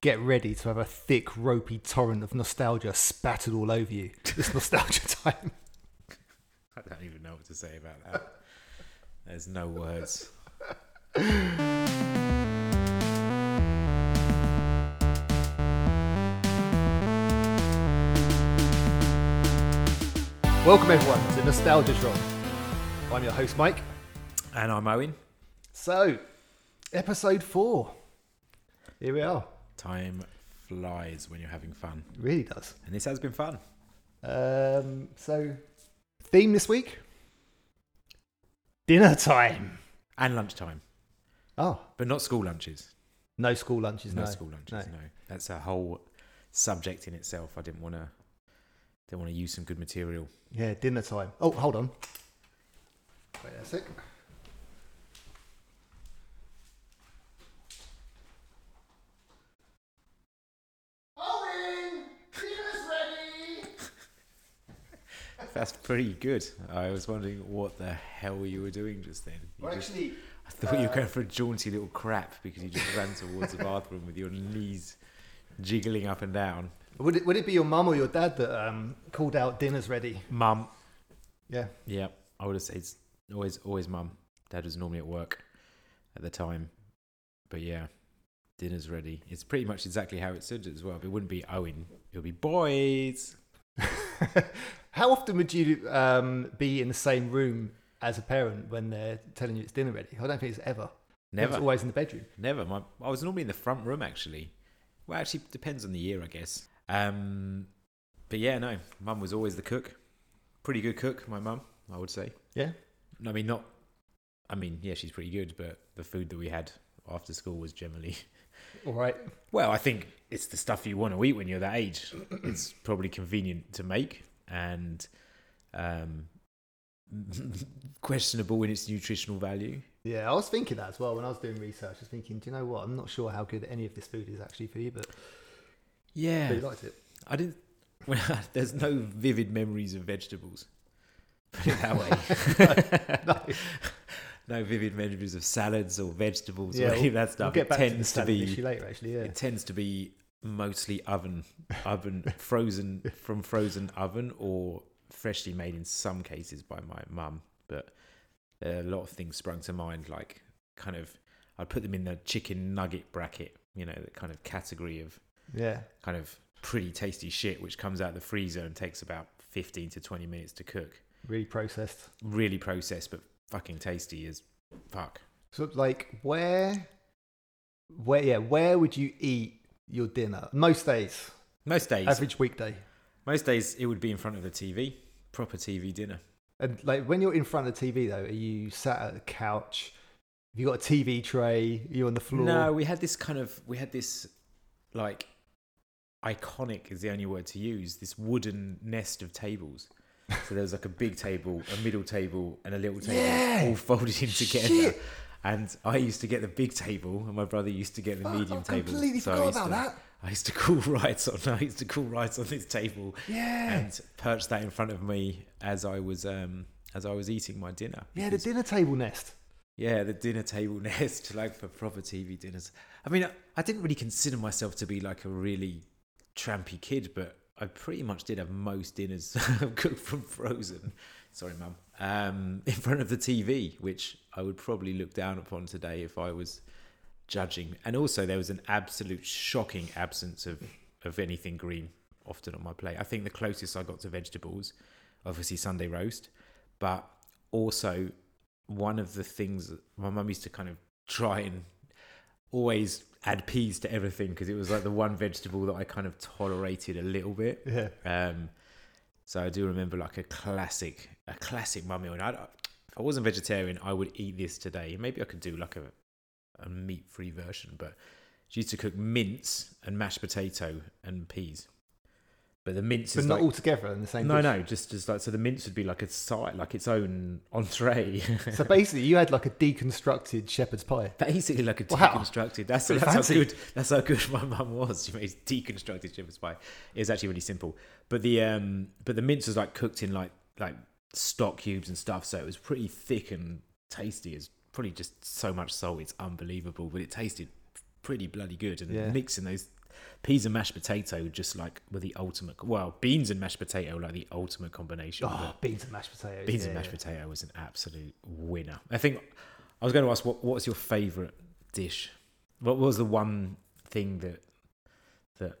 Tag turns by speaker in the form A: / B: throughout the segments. A: get ready to have a thick, ropey torrent of nostalgia spattered all over you. It's nostalgia time.
B: I don't even know what to say about that. There's no words.
A: Welcome, everyone, to Nostalgia Tron. I'm your host, Mike.
B: And I'm Owen.
A: So, episode four. Here we are.
B: Time flies when you're having fun.
A: It really does.
B: And this has been fun.
A: Um, so, theme this week dinner time.
B: And lunchtime.
A: Oh,
B: But not school lunches.
A: no school lunches,
B: No,
A: no.
B: school lunches,
A: no.
B: no. That's a whole subject in itself. I didn't wanna didn't want to use some good material.
A: Yeah, dinner time. Oh, hold on. Wait a sec.
B: That's pretty good. I was wondering what the hell you were doing just then. You just- I thought you were going for a jaunty little crap because you just ran towards the bathroom with your knees jiggling up and down.
A: Would it, would it be your mum or your dad that um, called out dinner's ready?
B: Mum.
A: Yeah.
B: Yeah, I would have said it's always, always mum. Dad was normally at work at the time. But yeah, dinner's ready. It's pretty much exactly how it said as well. But it wouldn't be Owen, it would be boys.
A: How often would you um, be in the same room as a parent when they're telling you it's dinner ready? I don't think it's ever. It's
B: Never,
A: always in the bedroom.
B: never. My, I was normally in the front room actually. Well, actually, depends on the year, I guess. Um, but yeah, no, mum was always the cook. Pretty good cook, my mum, I would say.
A: Yeah.
B: I mean, not. I mean, yeah, she's pretty good, but the food that we had after school was generally.
A: All right.
B: Well, I think it's the stuff you want to eat when you're that age. It's probably convenient to make and um, questionable in its nutritional value.
A: Yeah, I was thinking that as well when I was doing research. I was thinking, do you know what? I'm not sure how good any of this food is actually for you, but
B: Yeah,
A: really liked it.
B: I didn't. Well, there's no vivid memories of vegetables. Put it that way. no, vivid memories of salads or vegetables
A: Yeah,
B: or any of that
A: We'll
B: stuff.
A: get
B: It
A: back to the
B: tends to,
A: salad
B: be.
A: issue later, actually. Yeah.
B: It tends to be mostly oven, oven frozen from frozen oven or freshly made in some cases by my mum. But there are a lot of things sprung to mind, like kind of I put them in the chicken nugget bracket, you know, that kind of category of
A: Yeah.
B: kind of pretty tasty shit, which comes out of the freezer and takes about fifteen to twenty minutes to cook.
A: Really processed.
B: Really processed, but fucking tasty as fuck.
A: So like where where yeah, where would you eat your dinner? Most days.
B: Most days,
A: Average weekday.
B: most days it would be in front of the TV, proper TV dinner.
A: And like when you're in front of the TV though, are you sat at the couch? Have you got a TV tray? Are you on the floor?
B: No, we had this kind of we had this like iconic is the only word to use. This wooden nest of tables. So there was like a big table, a middle table, and a little table,
A: Yeah.
B: all folded in together.
A: Shit.
B: And I used to get the big table, and my brother used to get the
A: Fuck,
B: medium
A: I
B: table.
A: completely
B: so I
A: forgot
B: used
A: about
B: to,
A: that.
B: I used to call rights on. I used to call rights on this table
A: Yeah.
B: and perch that in front of me as I was um, as I was eating my dinner.
A: yeah, the
B: because-
A: dinner table nest.
B: yeah, the dinner table nest, like for proper TV dinners. I mean, I, I didn't really consider myself to be like a really trampy kid, but I pretty much did have most dinners cooked from frozen. Sorry, mum. Um, in front of the TV, which I would probably look down upon today if I was judging. And also, there was an absolute shocking absence of of anything green often on my plate. I think the closest I got to vegetables, obviously Sunday roast, but also one of the things that my mum used to kind of try and always add peas to everything because it was like the one vegetable that I kind of tolerated a little bit.
A: Yeah.
B: Um, so I do remember like a classic, a classic mum meal. And I, if I wasn't vegetarian, I would eat this today. Maybe I could do like a, a meat-free version. But she used to cook mince and mashed potato and peas. But the mince
A: But
B: is
A: not
B: like,
A: all together in the same
B: no,
A: dish.
B: no, just just like so. The mince would be like a side, like its own entree.
A: So basically you had like a deconstructed shepherd's pie.
B: Basically, like a
A: Wow.
B: deconstructed. That's,
A: Pretty
B: that's how
A: fancy.
B: good. That's how good my mum was. She made deconstructed shepherd's pie. It was actually really simple. But the um, but the mince was like cooked in like like stock cubes and stuff, so it was pretty thick and tasty. It's probably just so much salt. It's unbelievable, but it tasted pretty bloody good. And
A: Yeah.
B: mixing those peas and mashed potato just like were the ultimate. Well, beans and mashed potato were, like the ultimate combination.
A: Oh,
B: but
A: beans and mashed potatoes.
B: beans
A: yeah,
B: and mashed
A: yeah.
B: potato was an absolute winner. I think I was going to ask what what was your favourite dish? What was the one thing that that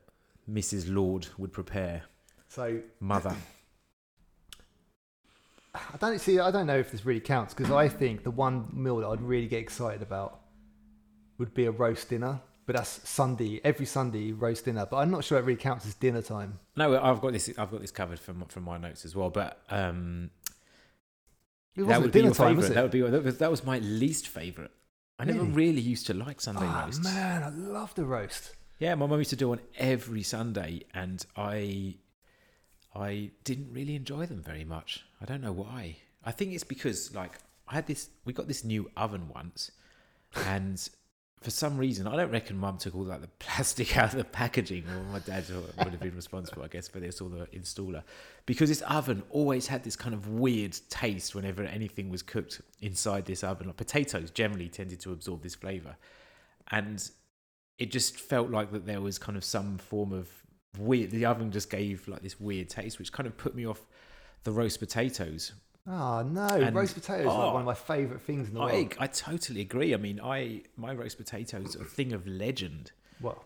B: Mrs. Lord would prepare?
A: So
B: Mother.
A: I don't see. I don't know if this really counts because I think the one meal that I'd really get excited about would be a roast dinner. But that's Sunday, every Sunday roast dinner. But I'm not sure it really counts as dinner time.
B: No, I've got this. I've got this covered from from my notes as well. But um,
A: It
B: that
A: wasn't
B: would be
A: dinner
B: your
A: time,
B: favorite.
A: was it?
B: That would be that was, that was my least favorite. I never
A: Really?
B: really, used to like Sunday
A: Ah,
B: roasts.
A: man, I love the roast.
B: Yeah, my mum used to do one every Sunday, and I I didn't really enjoy them very much. I don't know why. I think it's because like I had this. We got this new oven once, and. For some reason, I don't reckon Mum took all like the plastic out of the packaging, or my dad would have been responsible, I guess, for this or the installer, because this oven always had this kind of weird taste whenever anything was cooked inside this oven. Like potatoes generally tended to absorb this flavour, and it just felt like that there was kind of some form of weird the oven just gave like this weird taste which kind of put me off the roast potatoes
A: Oh no,
B: And-
A: roast potatoes are
B: Oh.
A: one of my favourite things in the
B: I,
A: world.
B: I totally agree i mean i my roast potatoes are a thing of legend
A: Well,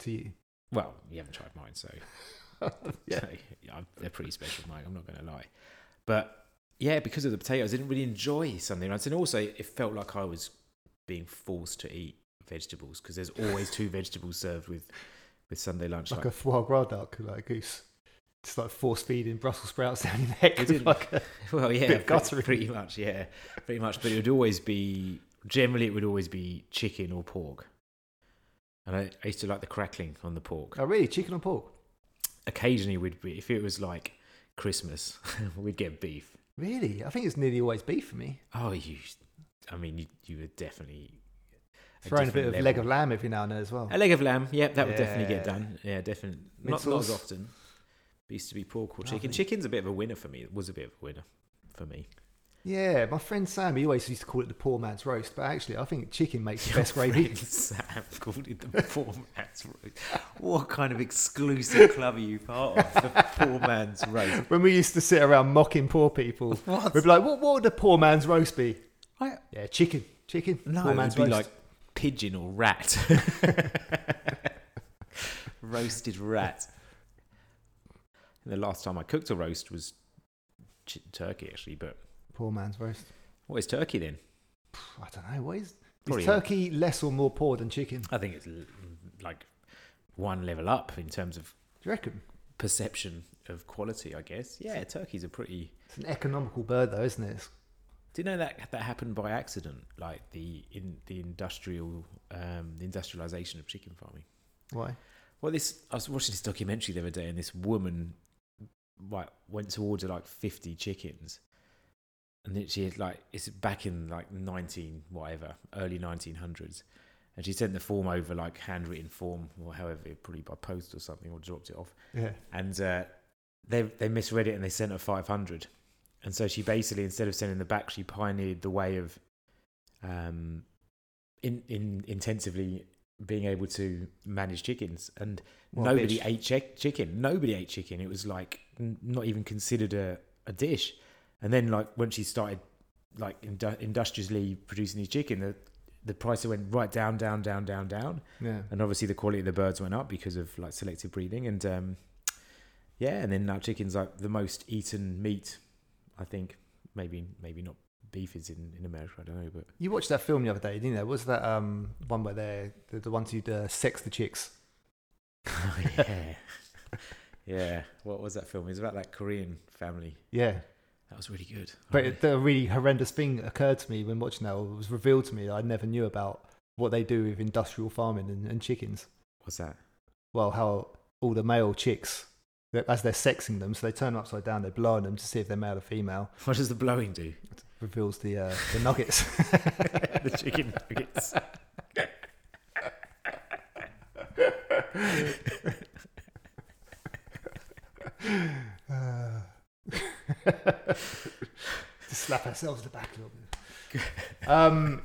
A: to you.
B: well you haven't tried mine so
A: Yeah.
B: So, yeah, I'm- they're pretty special, Mike. I'm not going to lie. But yeah, because of the potatoes, I didn't really enjoy Sunday nights, and also it felt like I was being forced to eat vegetables because there's always two vegetables served with with Sunday lunch.
A: like
B: Like,
A: a foie gras duck, like a goose. Just like force feeding Brussels sprouts down your neck.
B: You
A: with
B: didn't-
A: like a-
B: well, yeah,
A: bit
B: pretty,
A: guttery.
B: pretty much, yeah, pretty much. But it would always be generally it would always be chicken or pork. And I, I used to like the crackling on the pork.
A: oh really? Chicken or pork?
B: Occasionally, we'd be, if it was like Christmas, we'd get beef.
A: Really? I think it's nearly always beef for me.
B: Oh, you. I mean, you, you were definitely
A: Throwing a bit of
B: different
A: leg
B: level.
A: of lamb every now and then as well.
B: a leg of lamb. Yeah, that would definitely get
A: Yeah.
B: done. Yeah, definitely.
A: Mint
B: Not, not as
A: sauce.
B: often. But used to be pork or
A: Lovely.
B: chicken. Chicken's a bit of a winner for me. It was a bit of a winner for me.
A: Yeah, my friend Sam, he always used to call it the poor man's roast, but actually, I think chicken makes the
B: Your
A: best gravy.
B: friend Sam called it the poor man's roast. What kind of exclusive club are you part of? The poor man's roast.
A: When we used to sit around mocking poor people,
B: What?
A: we'd be like, "What? What would a poor man's roast be?"
B: I,
A: Yeah, chicken, chicken.
B: No,
A: poor
B: it
A: man's
B: would be
A: roast.
B: like pigeon or rat. Roasted rat. And the last time I cooked a roast was ch- turkey, actually. But
A: poor man's roast.
B: what is turkey then?
A: Pff, I don't know. What is,
B: Probably-
A: is turkey less or more poor than chicken? Do
B: I think it's l- like one level up in terms of
A: you reckon?
B: perception of quality, I guess. Yeah, turkey's a pretty.
A: It's an economical bird, though, isn't it? It's-
B: Do you know that that happened by accident? Like the in the industrial um, the industrialization of chicken farming.
A: Why?
B: Well, this I was watching this documentary the other day, and this woman like went to order like fifty chickens, and then she had like it's back in like nineteen whatever early nineteen hundreds, and she sent the form over like handwritten form or however probably by post or something or dropped it off,
A: Yeah.
B: and uh, they they misread it and they sent her 500 and so she basically instead of sending the back she pioneered the way of um in, in intensively being able to manage chickens and
A: What a
B: nobody
A: bitch.
B: ate chick- chicken nobody ate chicken it was like n- not even considered a, a dish and then like when she started like indu- industriously producing these chicken the the price went right down down down down down
A: Yeah.
B: and obviously the quality of the birds went up because of like selective breeding and um yeah and then now chicken's like the most eaten meat i think maybe maybe not beef is in in america i don't know but
A: You watched that film the other day, didn't you? What was that um, one where they're the, the ones who uh, sex the chicks?
B: Oh, yeah yeah what was that film it was about that korean family
A: Yeah.
B: that was really good
A: But it, the really horrendous thing occurred to me when watching that, or was revealed to me that I never knew about what they do with industrial farming and, and chickens.
B: Oh, what's that
A: Well, how all the male chicks, that- as they're sexing them, so they turn them upside down, they blow on them to see if they're male or female.
B: what does the blowing do
A: Reveals the uh, the nuggets.
B: the chicken nuggets
A: Uh, Just slap ourselves in the back a little bit. Um,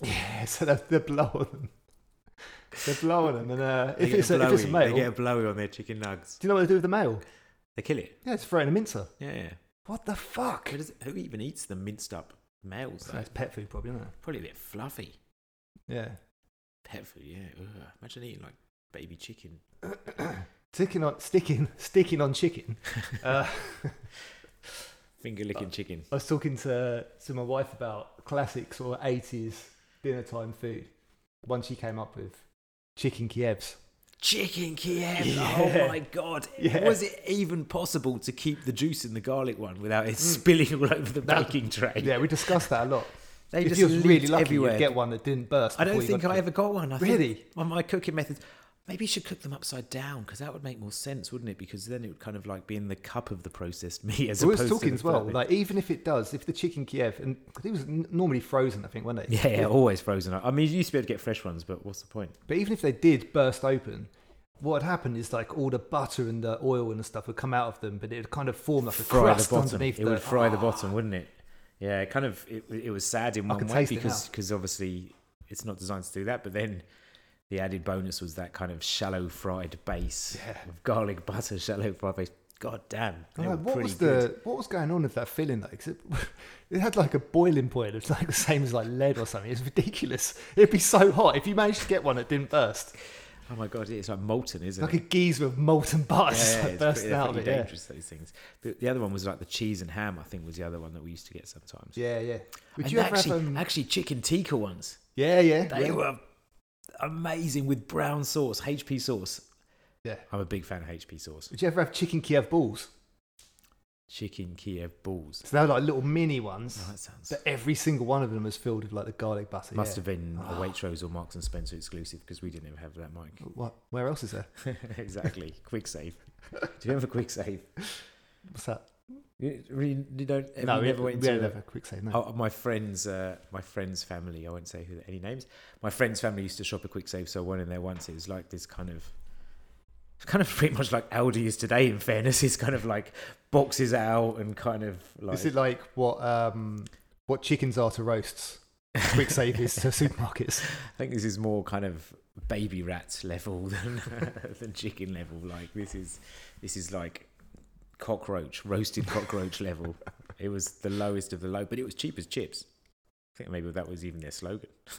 A: yeah, so the, the blow on them. They're blowing them, and uh,
B: They
A: if,
B: get
A: it's
B: a
A: a, if it's a
B: blowy.
A: male,
B: They get a blowy on their chicken nugs.
A: do you know what they do with the male?
B: They kill it.
A: Yeah, it's throw it in a mincer.
B: Yeah. yeah.
A: What the fuck?
B: Who, does, who even eats the minced up males?
A: So
B: Though?
A: it's pet food, probably, isn't it?
B: Probably a bit fluffy.
A: Yeah.
B: Pet food, yeah. Ugh. Imagine eating like baby chicken.
A: Sticking on, sticking, sticking on chicken. Uh,
B: Finger licking chicken.
A: I was talking to, to my wife about classic sort of 80s dinner time food. One she came up with, chicken Kievs.
B: Chicken Kiev.
A: Yeah.
B: Oh my god!
A: Yeah.
B: Was it even possible to keep the juice in the garlic one without it spilling all over the
A: Mm. That-
B: baking tray?
A: Yeah, we discussed that a lot.
B: They
A: if
B: just
A: you was really
B: leaked
A: lucky,
B: everywhere.
A: you'd get one that didn't burst.
B: I don't
A: before you
B: think
A: got
B: I
A: to-
B: ever got one. I
A: Really?
B: Think on my cooking methods, maybe you should cook them upside down because that would make more sense, wouldn't it? Because then it would kind of like be in the cup of the processed meat as
A: We were
B: opposed
A: talking
B: to
A: as
B: the
A: well.
B: flatbread.
A: Like even if it does, if the chicken Kiev, and 'cause it was n- normally frozen, I think, wasn't it?
B: yeah, yeah, always frozen. I mean, you used to be able to get fresh ones, but what's the point?
A: But even if they did burst open, what had happened is like all the butter and the oil and the stuff would come out of them, but it would kind of form like a
B: Fry the
A: crust
B: bottom. It
A: underneath. the,
B: would fry the
A: Ah,
B: bottom, wouldn't it? Yeah, it kind of. It, it was sad in one
A: can
B: way
A: taste it
B: because
A: now.
B: because obviously it's not designed to do that. But then the added bonus was that kind of shallow fried base
A: Yeah.
B: of garlic butter, shallow fried base. God damn, they
A: I'm
B: were
A: like, what
B: pretty
A: was
B: good.
A: the what was going on with that filling though? 'Cause it, it had like a boiling point. It's like the same as like lead or something. It's ridiculous. It'd be so hot if you managed to get one that didn't burst.
B: Oh my god, it's like molten, isn't
A: Like
B: it?
A: a geezer of molten butter just
B: Yeah, yeah,
A: like
B: it's
A: bursting
B: pretty, they're
A: out of it.
B: pretty
A: Yeah.
B: dangerous those things. The, the other one was like the cheese and ham. I think was the other one that we used to get sometimes.
A: Yeah, yeah. Would
B: and
A: you ever
B: actually,
A: have um,
B: actually chicken tikka ones?
A: Yeah, yeah.
B: They
A: yeah.
B: were amazing with brown sauce, HP sauce.
A: Yeah.
B: I'm a big fan of HP sauce.
A: Would you ever have chicken Kiev balls?
B: Chicken Kiev balls.
A: So they're like little mini ones,
B: Oh, that sounds.
A: but every single one of them was filled with like the garlic butter.
B: Must
A: yeah. Ah.
B: have been a Waitrose or Marks and Spencer exclusive because we didn't even have that mic.
A: What? Where else is there?
B: exactly. quick save. Do you have a quick save?
A: What's that?
B: You, really- you don't. Ever,
A: no,
B: you
A: we
B: never
A: never
B: went
A: We
B: to
A: don't
B: a-
A: have a quick save. No.
B: Oh, my friend's uh, my friend's family. I won't say who any names. My friend's family used to shop at Quick Save, so I went in there once. It was like this kind of, it's kind of pretty much like Aldi is today. In fairness, it's kind of like boxes out and kind of like
A: Is it like what um what chickens are to roasts? Quick save is to supermarkets.
B: I think this is more kind of baby rat level than than chicken level. Like this is this is like cockroach roasted cockroach level. It was the lowest of the low, but it was cheap as chips. I think maybe that was even their slogan.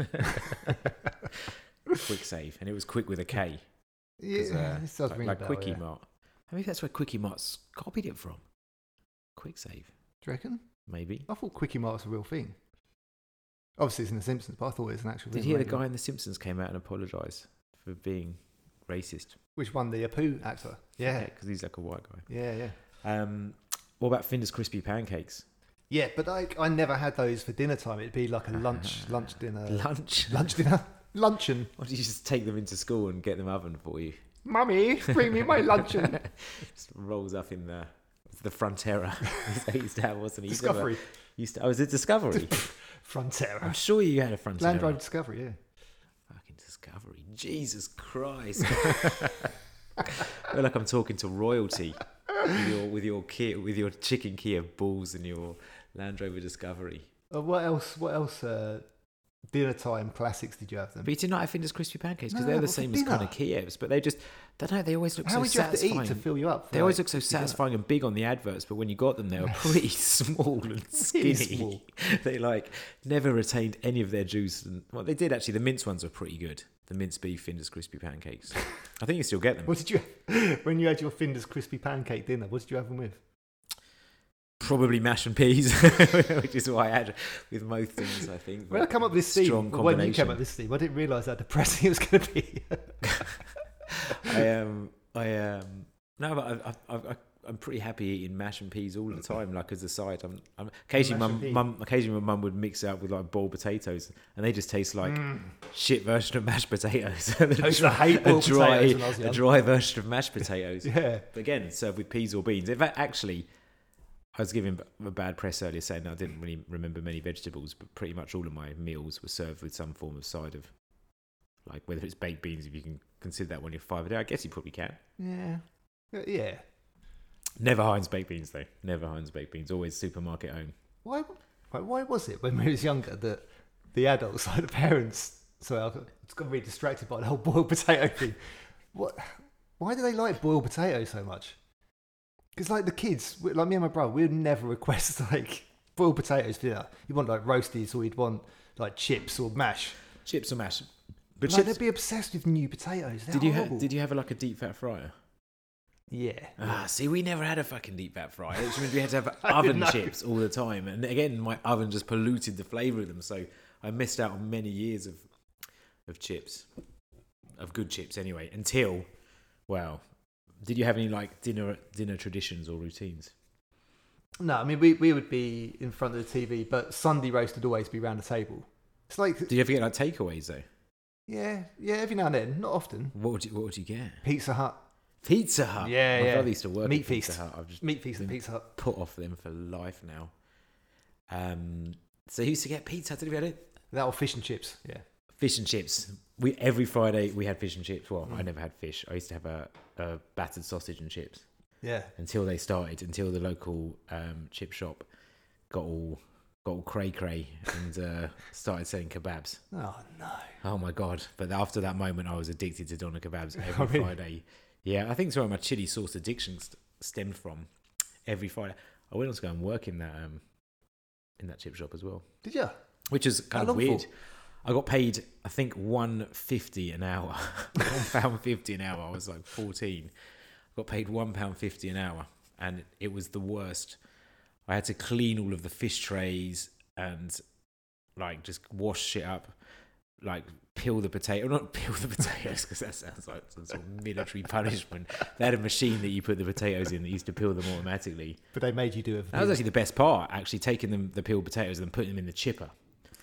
B: quick save, and it was quick with a K, 'cause,
A: Yeah,
B: uh,
A: this does
B: like,
A: ring
B: like
A: a bell,
B: Quickie
A: yeah. Do
B: Mart. I mean, that's where Quickie Mart's copied it from. Quick save,
A: you reckon?
B: maybe.
A: I thought Quickie Mart was a real thing. Obviously, it's in The Simpsons, but I thought it was an actual.
B: Did
A: thing
B: you hear the
A: on radio.
B: guy in The Simpsons came out and apologised for being racist?
A: Which one? The Apu actor. Yeah,
B: because he's like a white guy.
A: yeah, yeah.
B: Um, what about Finder's crispy pancakes?
A: Yeah, but I, I never had those for dinner time. It'd be like a lunch, lunch dinner,
B: Ah. Lunch.
A: Uh, lunch dinner, luncheon.
B: Or do you just take them into school and get them oven for you?
A: Mummy, bring me my luncheon.
B: Just rolls up in the the Frontera. Is that used to have, wasn't it? Used to have a-
A: Discovery,
B: Used to, oh, is it Discovery? I'm
A: Frontera,
B: sure you had a Frontera.
A: Land Rover Discovery. Yeah,
B: Fucking Discovery. Jesus Christ. I feel like I'm talking to royalty with your with your Kia, with your chicken Kia balls and your Land Rover Discovery.
A: Uh, what else? What else? Uh, dinner time classics? Did you have them?
B: But you did not have Finder's crispy pancakes because
A: No,
B: they're the
A: what's for
B: same as kind of
A: dinner?
B: Kiev's, but they just they don't. They always look
A: How
B: so
A: would you have to
B: satisfying.
A: eat to fill you up? for,
B: they always
A: like-
B: look so satisfying and big on the adverts, but when you got them, they were pretty small and skinny.
A: Really small.
B: they like never retained any of their juice. And, well, they did actually. The mince ones were pretty good. The minced beef Finder's crispy pancakes. I think you still get them.
A: What did you when you had your Finder's crispy pancake dinner? What did you have them with?
B: Probably mash and peas, which is what I had with most things. I think.
A: When I
B: but
A: come up with this theme,
B: strong
A: or when you
B: combination.
A: came up with this theme, I didn't realise how depressing it was going to be.
B: I um I um no, but I, I, I I'm pretty happy eating mash and peas all the time, like as a side. I'm, I'm occasionally
A: Mash and
B: mum
A: peas.
B: mum occasionally my mum would mix it up with like boiled potatoes, and they just taste like
A: Mm.
B: shit version of mashed potatoes.
A: I used to hate
B: a
A: boiled
B: dry
A: potatoes when I was
B: a
A: young.
B: dry version of mashed potatoes.
A: Yeah,
B: But again, served with peas or beans. In fact, actually. I was giving a bad press earlier saying that I didn't really remember many vegetables, but pretty much all of my meals were served with some form of side of, like whether it's baked beans, if you can consider that when you're five a day. I guess you probably can.
A: yeah, Uh, yeah.
B: Never Heinz baked beans though. Never Heinz baked beans. Always supermarket own.
A: Why? Why, why was it when we was younger that the adults, like the parents, Sorry, I just got really distracted by the whole boiled potato thing. What? Why do they like boiled potato so much? Because like the kids, we- like me and my brother, we would never request like boiled potatoes for dinner. You'd want like roasties, or you'd want like chips or mash.
B: Chips or mash? But
A: like,
B: chips.
A: they'd be obsessed with new potatoes. They're
B: Did you
A: horrible.
B: ha- did you have like a deep fat fryer?
A: Yeah.
B: Ah, see, we never had a fucking deep fat fryer. Which means we had to have oven
A: know.
B: chips all the time. And again, my oven just polluted the flavour of them, so I missed out on many years of of chips, of good chips anyway. Until, well, did you have any like dinner dinner traditions or routines?
A: No, I mean we, we would be in front of the TV, but Sunday roast would always be round the table. It's like
B: Did you ever get like takeaways though?
A: yeah, yeah, every now and then, not often.
B: What would you What would you get?
A: Pizza Hut,
B: Pizza Hut.
A: Yeah,
B: my
A: yeah.
B: brother used to work
A: Meat
B: at Pizza
A: feast.
B: Hut. I've just
A: meat feast at
B: been
A: Pizza Hut.
B: put off them for life now. Um, so he used to get pizza. Did we had it?
A: That or fish and chips. Yeah.
B: fish and chips. We every Friday we had fish and chips. Well, I never had fish. I used to have a, a battered sausage and chips
A: Yeah.
B: until they started. Until the local um, chip shop got all got all cray cray and uh, started selling kebabs.
A: Oh no.
B: Oh my god! But after that moment, I was addicted to doner kebabs every
A: really?
B: Friday. Yeah, I think it's where my chili sauce addiction st- stemmed from. Every Friday, I went on to go and work in that um, in that chip shop as well
A: Did you?
B: which is
A: How
B: kind of
A: long
B: weird.
A: for?
B: I got paid, I think, one fifty an hour, one pound fifty an hour. I was like fourteen. I got paid one pound fifty an hour, and it was the worst. I had to clean all of the fish trays and like just wash shit up, like peel the potato, not peel the potatoes because that sounds like some sort of military punishment. They had a machine that you put the potatoes in that used to peel them automatically.
A: But they made you do
B: That was
A: it.
B: actually the best part, actually taking them the peeled potatoes and then putting them in the chipper.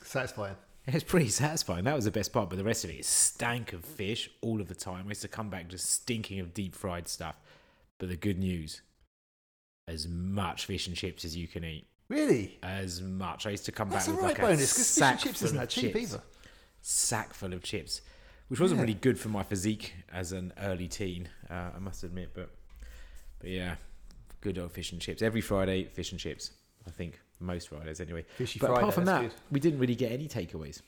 A: Satisfying.
B: It's pretty satisfying. That was the best part, but the rest of it is stank of fish all of the time. I used to come back just stinking of deep fried stuff. But the good news, as much fish and chips as you can eat,
A: Really?
B: as much. I used to come
A: That's
B: back
A: a
B: with
A: right
B: like
A: bonus
B: a
A: because fish
B: sack
A: and chips
B: full
A: isn't
B: of
A: that cheap
B: chips,
A: either.
B: Sack full of chips, which wasn't
A: Yeah.
B: really good for my physique as an early teen. Uh, I must admit, but but yeah, good old fish and chips every Friday. Fish and chips, I think most Fridays anyway.
A: Fishy
B: but
A: Friday.
B: apart from that,
A: that's good.
B: we didn't really get any takeaways.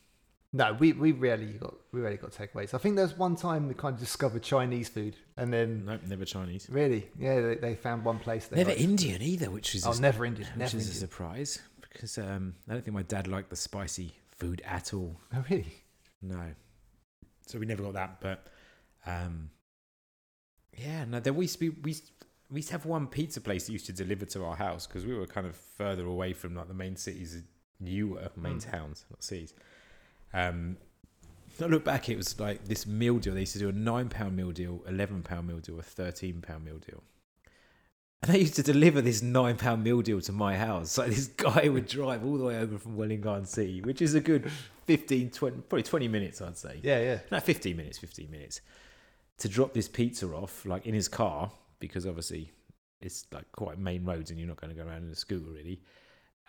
A: No, we, we rarely got we rarely got takeaways. I think there was one time we kind of discovered Chinese food, and then
B: Nope, never Chinese.
A: really, yeah, they, they found one place. They
B: Never
A: liked.
B: Indian either, which is
A: Oh,
B: a,
A: never Indian.
B: which
A: Never
B: is a
A: Indian.
B: surprise because um, I don't think my dad liked the spicy food at all.
A: Oh, really?
B: No, so we never got that. But um, yeah, no, there we used to be we used, we used to have one pizza place that used to deliver to our house because we were kind of further away from like the main cities that you were, main
A: Mm.
B: towns, not cities. Um, I look back, it was like this meal deal. They used to do a nine pound meal deal, eleven pound meal deal, a thirteen pound meal deal. And they used to deliver this nine pound meal deal to my house. So this guy would drive all the way over from Welling Garden City, which is a good 15, 20, probably 20 minutes, I'd say.
A: Yeah, yeah.
B: No, 15 minutes, 15 minutes to drop this pizza off, like in his car, because obviously it's like quite main roads and you're not going to go around in a scooter really.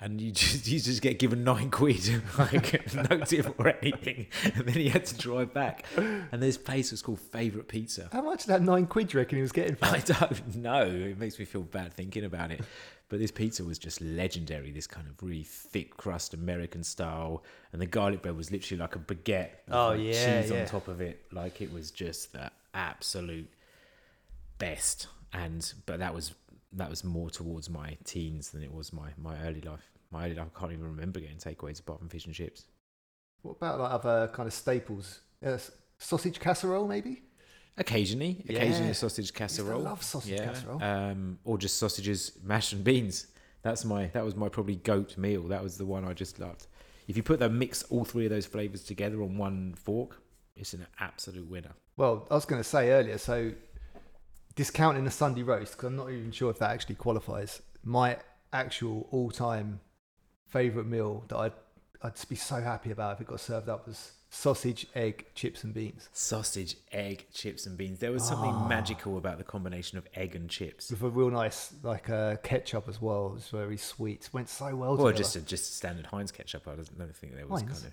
B: And you just you just get given nine quid, like no tip or anything. And then he had to drive back. And this place was called Favourite Pizza.
A: How much of that nine quid do you reckon he was getting? From?
B: I don't know. It makes me feel bad thinking about it. But this pizza was just legendary. This kind of really thick crust, American style, and the garlic bread was literally like a baguette. with,
A: Oh,
B: like,
A: yeah,
B: cheese
A: yeah.
B: on top of it. Like it was just the absolute best. And but that was that was more towards my teens than it was my my early life. My early life, I can't even remember getting takeaways apart from fish and chips.
A: What about like other kind of staples? Uh, s- sausage casserole, maybe.
B: Occasionally, occasionally
A: Yeah.
B: a sausage casserole.
A: love sausage casserole.
B: Um, or just sausages, mash and beans. That's my that was my probably goat meal. That was the one I just loved. If you put that mix all three of those flavors together on one fork, it's an absolute winner.
A: Well, I was going to say earlier, so discounting the Sunday roast because I'm not even sure if that actually qualifies. My actual all-time favorite meal that I'd I'd just be so happy about if it got served up was sausage, egg, chips, and beans
B: Sausage, egg, chips and beans. There was something
A: Ah.
B: magical about the combination of egg and chips.
A: with a real nice like uh, ketchup as well. It was very sweet. Went so well.
B: Or
A: together.
B: just a, just a standard Heinz ketchup. I don't, don't think there was
A: Heinz?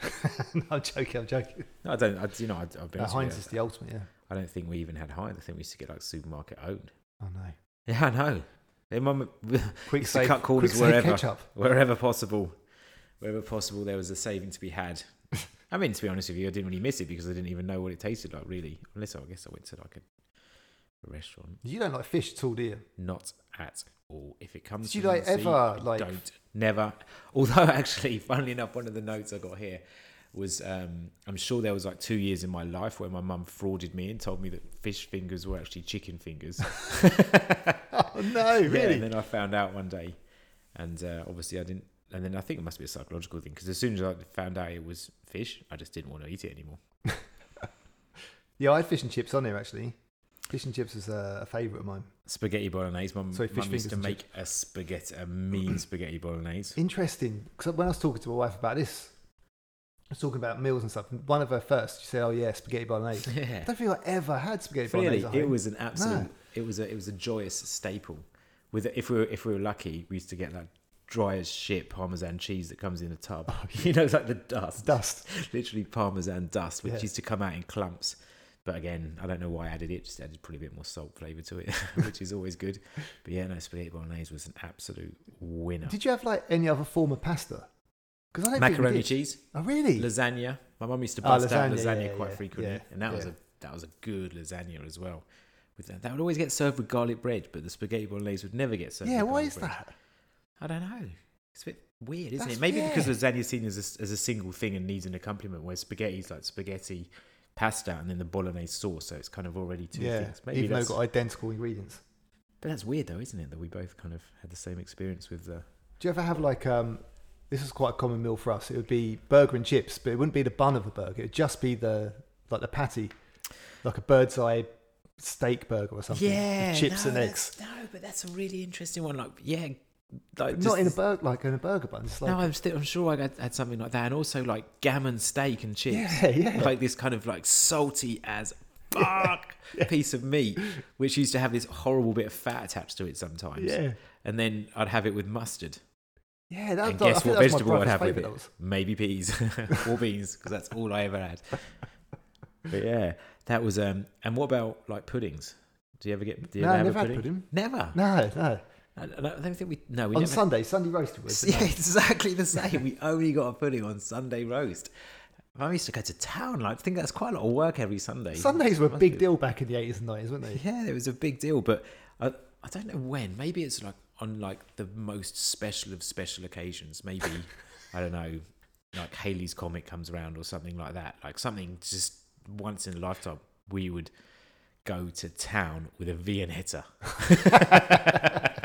B: kind of.
A: no, I'm joking. I'm joking.
B: No, I don't. I, you know, I, I've been.
A: No,
B: to-
A: Heinz is the ultimate. Yeah.
B: I don't think we even had Heinz. I think we used to get like supermarket owned.
A: Oh no.
B: Yeah, I know. Then my m-
A: Quick
B: used to
A: save.
B: cut corners
A: quick save
B: wherever,
A: ketchup.
B: wherever possible, wherever possible. There was a saving to be had. I mean, to be honest with you, I didn't really miss it because I didn't even know what it tasted like, really. Unless I guess I went to like a restaurant.
A: You don't like fish at all, do you?
B: Not at all. If it comes,
A: Did
B: to
A: you, like,
B: the sea,
A: ever,
B: I
A: like-
B: don't never. Although, actually, funnily enough, one of the notes I got here was um, I'm sure there was like two years in my life where my mum frauded me and told me that fish fingers were actually chicken fingers.
A: Oh no,
B: Yeah,
A: really?
B: and then I found out one day, and uh, obviously I didn't. And then I think it must be a psychological thing because as soon as I found out it was fish, I just didn't want to eat it anymore.
A: yeah, I had fish and chips on here actually. Fish and chips was uh, a favourite of mine.
B: Spaghetti bolognese. My
A: Sorry,
B: mum
A: fish
B: mum used
A: fingers
B: to
A: and
B: make a spaghetti, a mean spaghetti bolognese.
A: Interesting, because when I was talking to my wife about this, I was talking about meals and stuff. And one of her first, she said, "Oh yeah, spaghetti bolognese." I
B: Yeah,
A: don't think I ever had spaghetti
B: really,
A: bolognese. at
B: it
A: home.
B: was an absolute.
A: No.
B: It was a it was a joyous staple. With if we were if we were lucky, we used to get like dry as shit parmesan cheese that comes in a tub. you know, like the dust.
A: Oh, dust.
B: literally parmesan dust, which
A: Yeah.
B: used to come out in clumps. But again, I don't know why I added it. Just added probably a bit more salt flavour to it, which is always good. But yeah, no, spaghetti bolognese was an absolute winner.
A: Did you have like any other form of pasta? Because I don't think we
B: Macaroni
A: did.
B: cheese,
A: Oh really?
B: lasagna. My mum used to
A: Ah,
B: bust out
A: lasagna,
B: lasagna
A: yeah,
B: quite
A: yeah,
B: frequently,
A: yeah,
B: and that was
A: yeah.
B: a that was a good lasagna as well. With that, that would always get served with garlic bread, but the spaghetti bolognese would never get served.
A: yeah.
B: with
A: Why
B: garlic
A: is
B: bread.
A: that?
B: I don't know. It's a bit weird, isn't
A: That's
B: it? Maybe because
A: weird.
B: lasagna is seen as a, as a single thing and needs an accompaniment, where spaghetti is like spaghetti, pasta, and then the bolognese sauce. So it's kind of already two
A: Yeah,
B: things. Maybe
A: even though
B: that's,
A: they've got identical ingredients.
B: but that's weird though, isn't it? That we both kind of had the same experience with uh, the.
A: Do you ever have like um? This is quite a common meal for us. It would be burger and chips, but it wouldn't be the bun of a burger. It would just be the like the patty, like a bird's eye steak burger or something. with chips
B: no,
A: and eggs.
B: that's- No, but that's a really interesting one. Like, yeah, like
A: Not in a
B: just-
A: burger, like in a burger bun. It's like
B: no, I'm still. I'm sure I had, had something like that, and also like gammon steak and chips.
A: yeah, yeah.
B: like this kind of like salty as fuck piece of meat, which used to have this horrible bit of fat attached to it sometimes.
A: Yeah.
B: And then I'd have it with mustard.
A: yeah, that,
B: and
A: that- I
B: guess
A: think
B: what
A: that was my
B: vegetable I'd
A: brother's
B: have with it?
A: favourite, that was.
B: Maybe peas or beans, because that's all I ever had. But yeah, that was. um And what about like puddings? Do you ever get? Do you
A: No,
B: ever
A: I
B: have
A: never
B: a
A: had
B: pudding?
A: pudding.
B: Never.
A: No, no.
B: I, I don't think we. No, we
A: On
B: never.
A: Sunday, Sunday roasted was.
B: Yeah, exactly the same. We only got a pudding on Sunday roast. I used to go to town. Like, I think that's quite a lot of work every Sunday.
A: Sundays were a
B: Must
A: big
B: be.
A: deal back in the eighties and nineties, weren't they?
B: Yeah, it was a big deal, but I, I don't know when. Maybe it's like on like the most special of special occasions. Maybe I don't know, like Haley's comic comes around or something like that. Like something just once in a lifetime. We would go to town with a Viennetta.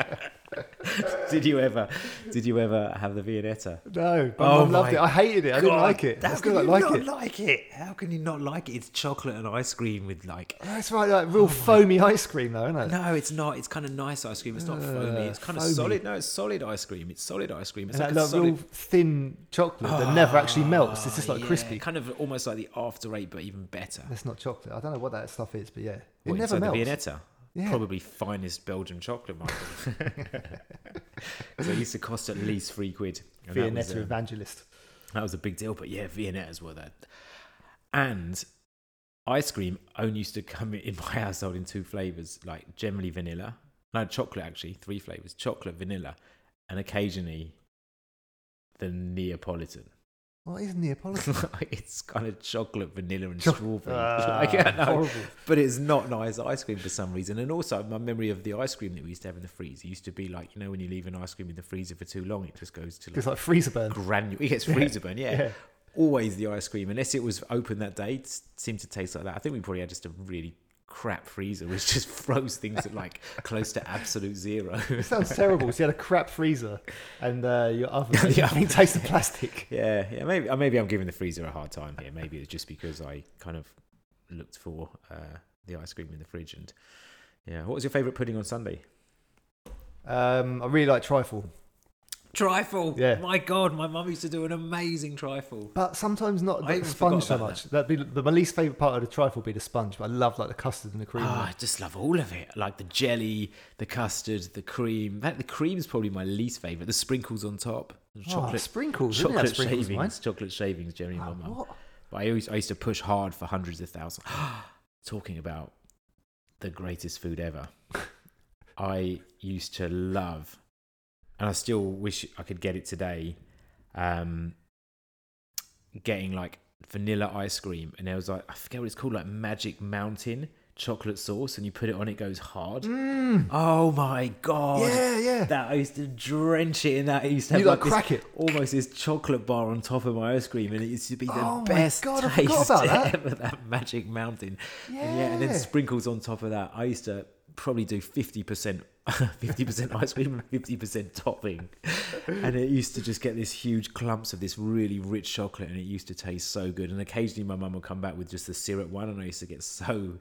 B: did you ever? Did you ever have the Viennetta?
A: No, but
B: Oh
A: I loved
B: my
A: it. I hated it. I didn't like it. I
B: How
A: still
B: can you
A: don't like
B: not
A: it.
B: like it? How can you not like it? It's chocolate and ice cream with like
A: That's right, like real foamy ice cream though, isn't it?
B: Oh No, it's not. It's kind of nice ice cream. It's not foamy.
A: Uh,
B: It's kind
A: foamy.
B: of solid. No, it's solid ice cream. It's solid ice cream. It's
A: and that
B: like a
A: like, real
B: solid.
A: thin chocolate that never actually melts. It's just
B: Oh,
A: like
B: yeah.
A: crispy.
B: Kind of almost like the after eight, but even better.
A: That's not chocolate. I don't know what that stuff is, but yeah, it
B: What,
A: never
B: inside
A: melts.
B: The Viennetta.
A: Yeah.
B: Probably finest Belgian chocolate, Michael. so it used to cost at least three quid. And that was,
A: Viennetta
B: uh,
A: evangelist.
B: That was a big deal, but yeah, Viennetta's were that. And ice cream only used to come in my household in two flavors, like generally vanilla, no chocolate actually, three flavors: chocolate, vanilla, and occasionally the Neapolitan.
A: What is Neapolitan?
B: it's kind of chocolate, vanilla, and
A: Cho-
B: strawberry.
A: Ah,
B: Like, I know.
A: horrible.
B: But it's not nice ice cream for some reason. And also, my memory of the ice cream that we used to have in the freezer used to be like, you know, when you leave an ice cream in the freezer for too long, it just goes to like
A: It's like freezer burn.
B: granular. It gets freezer burn, yeah.
A: Yeah.
B: Always the ice cream, unless it was open that day, it seemed to taste like that. I think we probably had just a really crap freezer, which just froze things at like close to absolute zero.
A: It sounds terrible. So you had a crap freezer, and uh, your oven,
B: The
A: yeah,
B: oven.
A: tastes of plastic.
B: yeah, yeah. Maybe uh, maybe I'm giving the freezer a hard time here. Maybe it's just because I kind of looked for uh, the ice cream in the fridge and. Yeah, what was your favourite pudding on Sunday?
A: Um, I really like trifle,
B: Trifle.
A: Yeah.
B: My God, my mum used to do an amazing trifle.
A: but sometimes not
B: I
A: the
B: even
A: sponge
B: forgot
A: so
B: about
A: much. That'd be the, my least favorite part of the trifle would be the sponge. But I love like the custard and the cream.
B: Oh, I just love all of it. Like the jelly, the custard, the cream. That the cream's probably my least favorite. The sprinkles on top, the
A: Oh,
B: chocolate,
A: sprinkles, didn't
B: chocolate
A: have sprinkles, mine? Ah,
B: shavings, chocolate shavings. Generally, my mum.
A: What?
B: But I always I used to push hard for hundreds of thousands. Talking about the greatest food ever, I used to love, and I still wish I could get it today. Um, getting like vanilla ice cream, and there was like I forget what it's called, like Magic Mountain chocolate sauce, and you put it on, it goes hard. Oh my god!
A: Mm. Yeah, yeah.
B: That I used to drench it in that. I used to
A: You
B: have
A: like crack
B: this-
A: it.
B: almost this chocolate bar on top of my ice cream, and it used to be the
A: Oh my
B: best
A: God, I
B: taste
A: forgot about that.
B: ever. That Magic Mountain. And yeah, and then
A: Yeah.
B: sprinkles on top of that. I used to probably do fifty percent. 50% ice cream and 50% topping. And it used to just get this huge clumps of this really rich chocolate and it used to taste so good. And occasionally my mum would come back with just the syrup one and I used to get so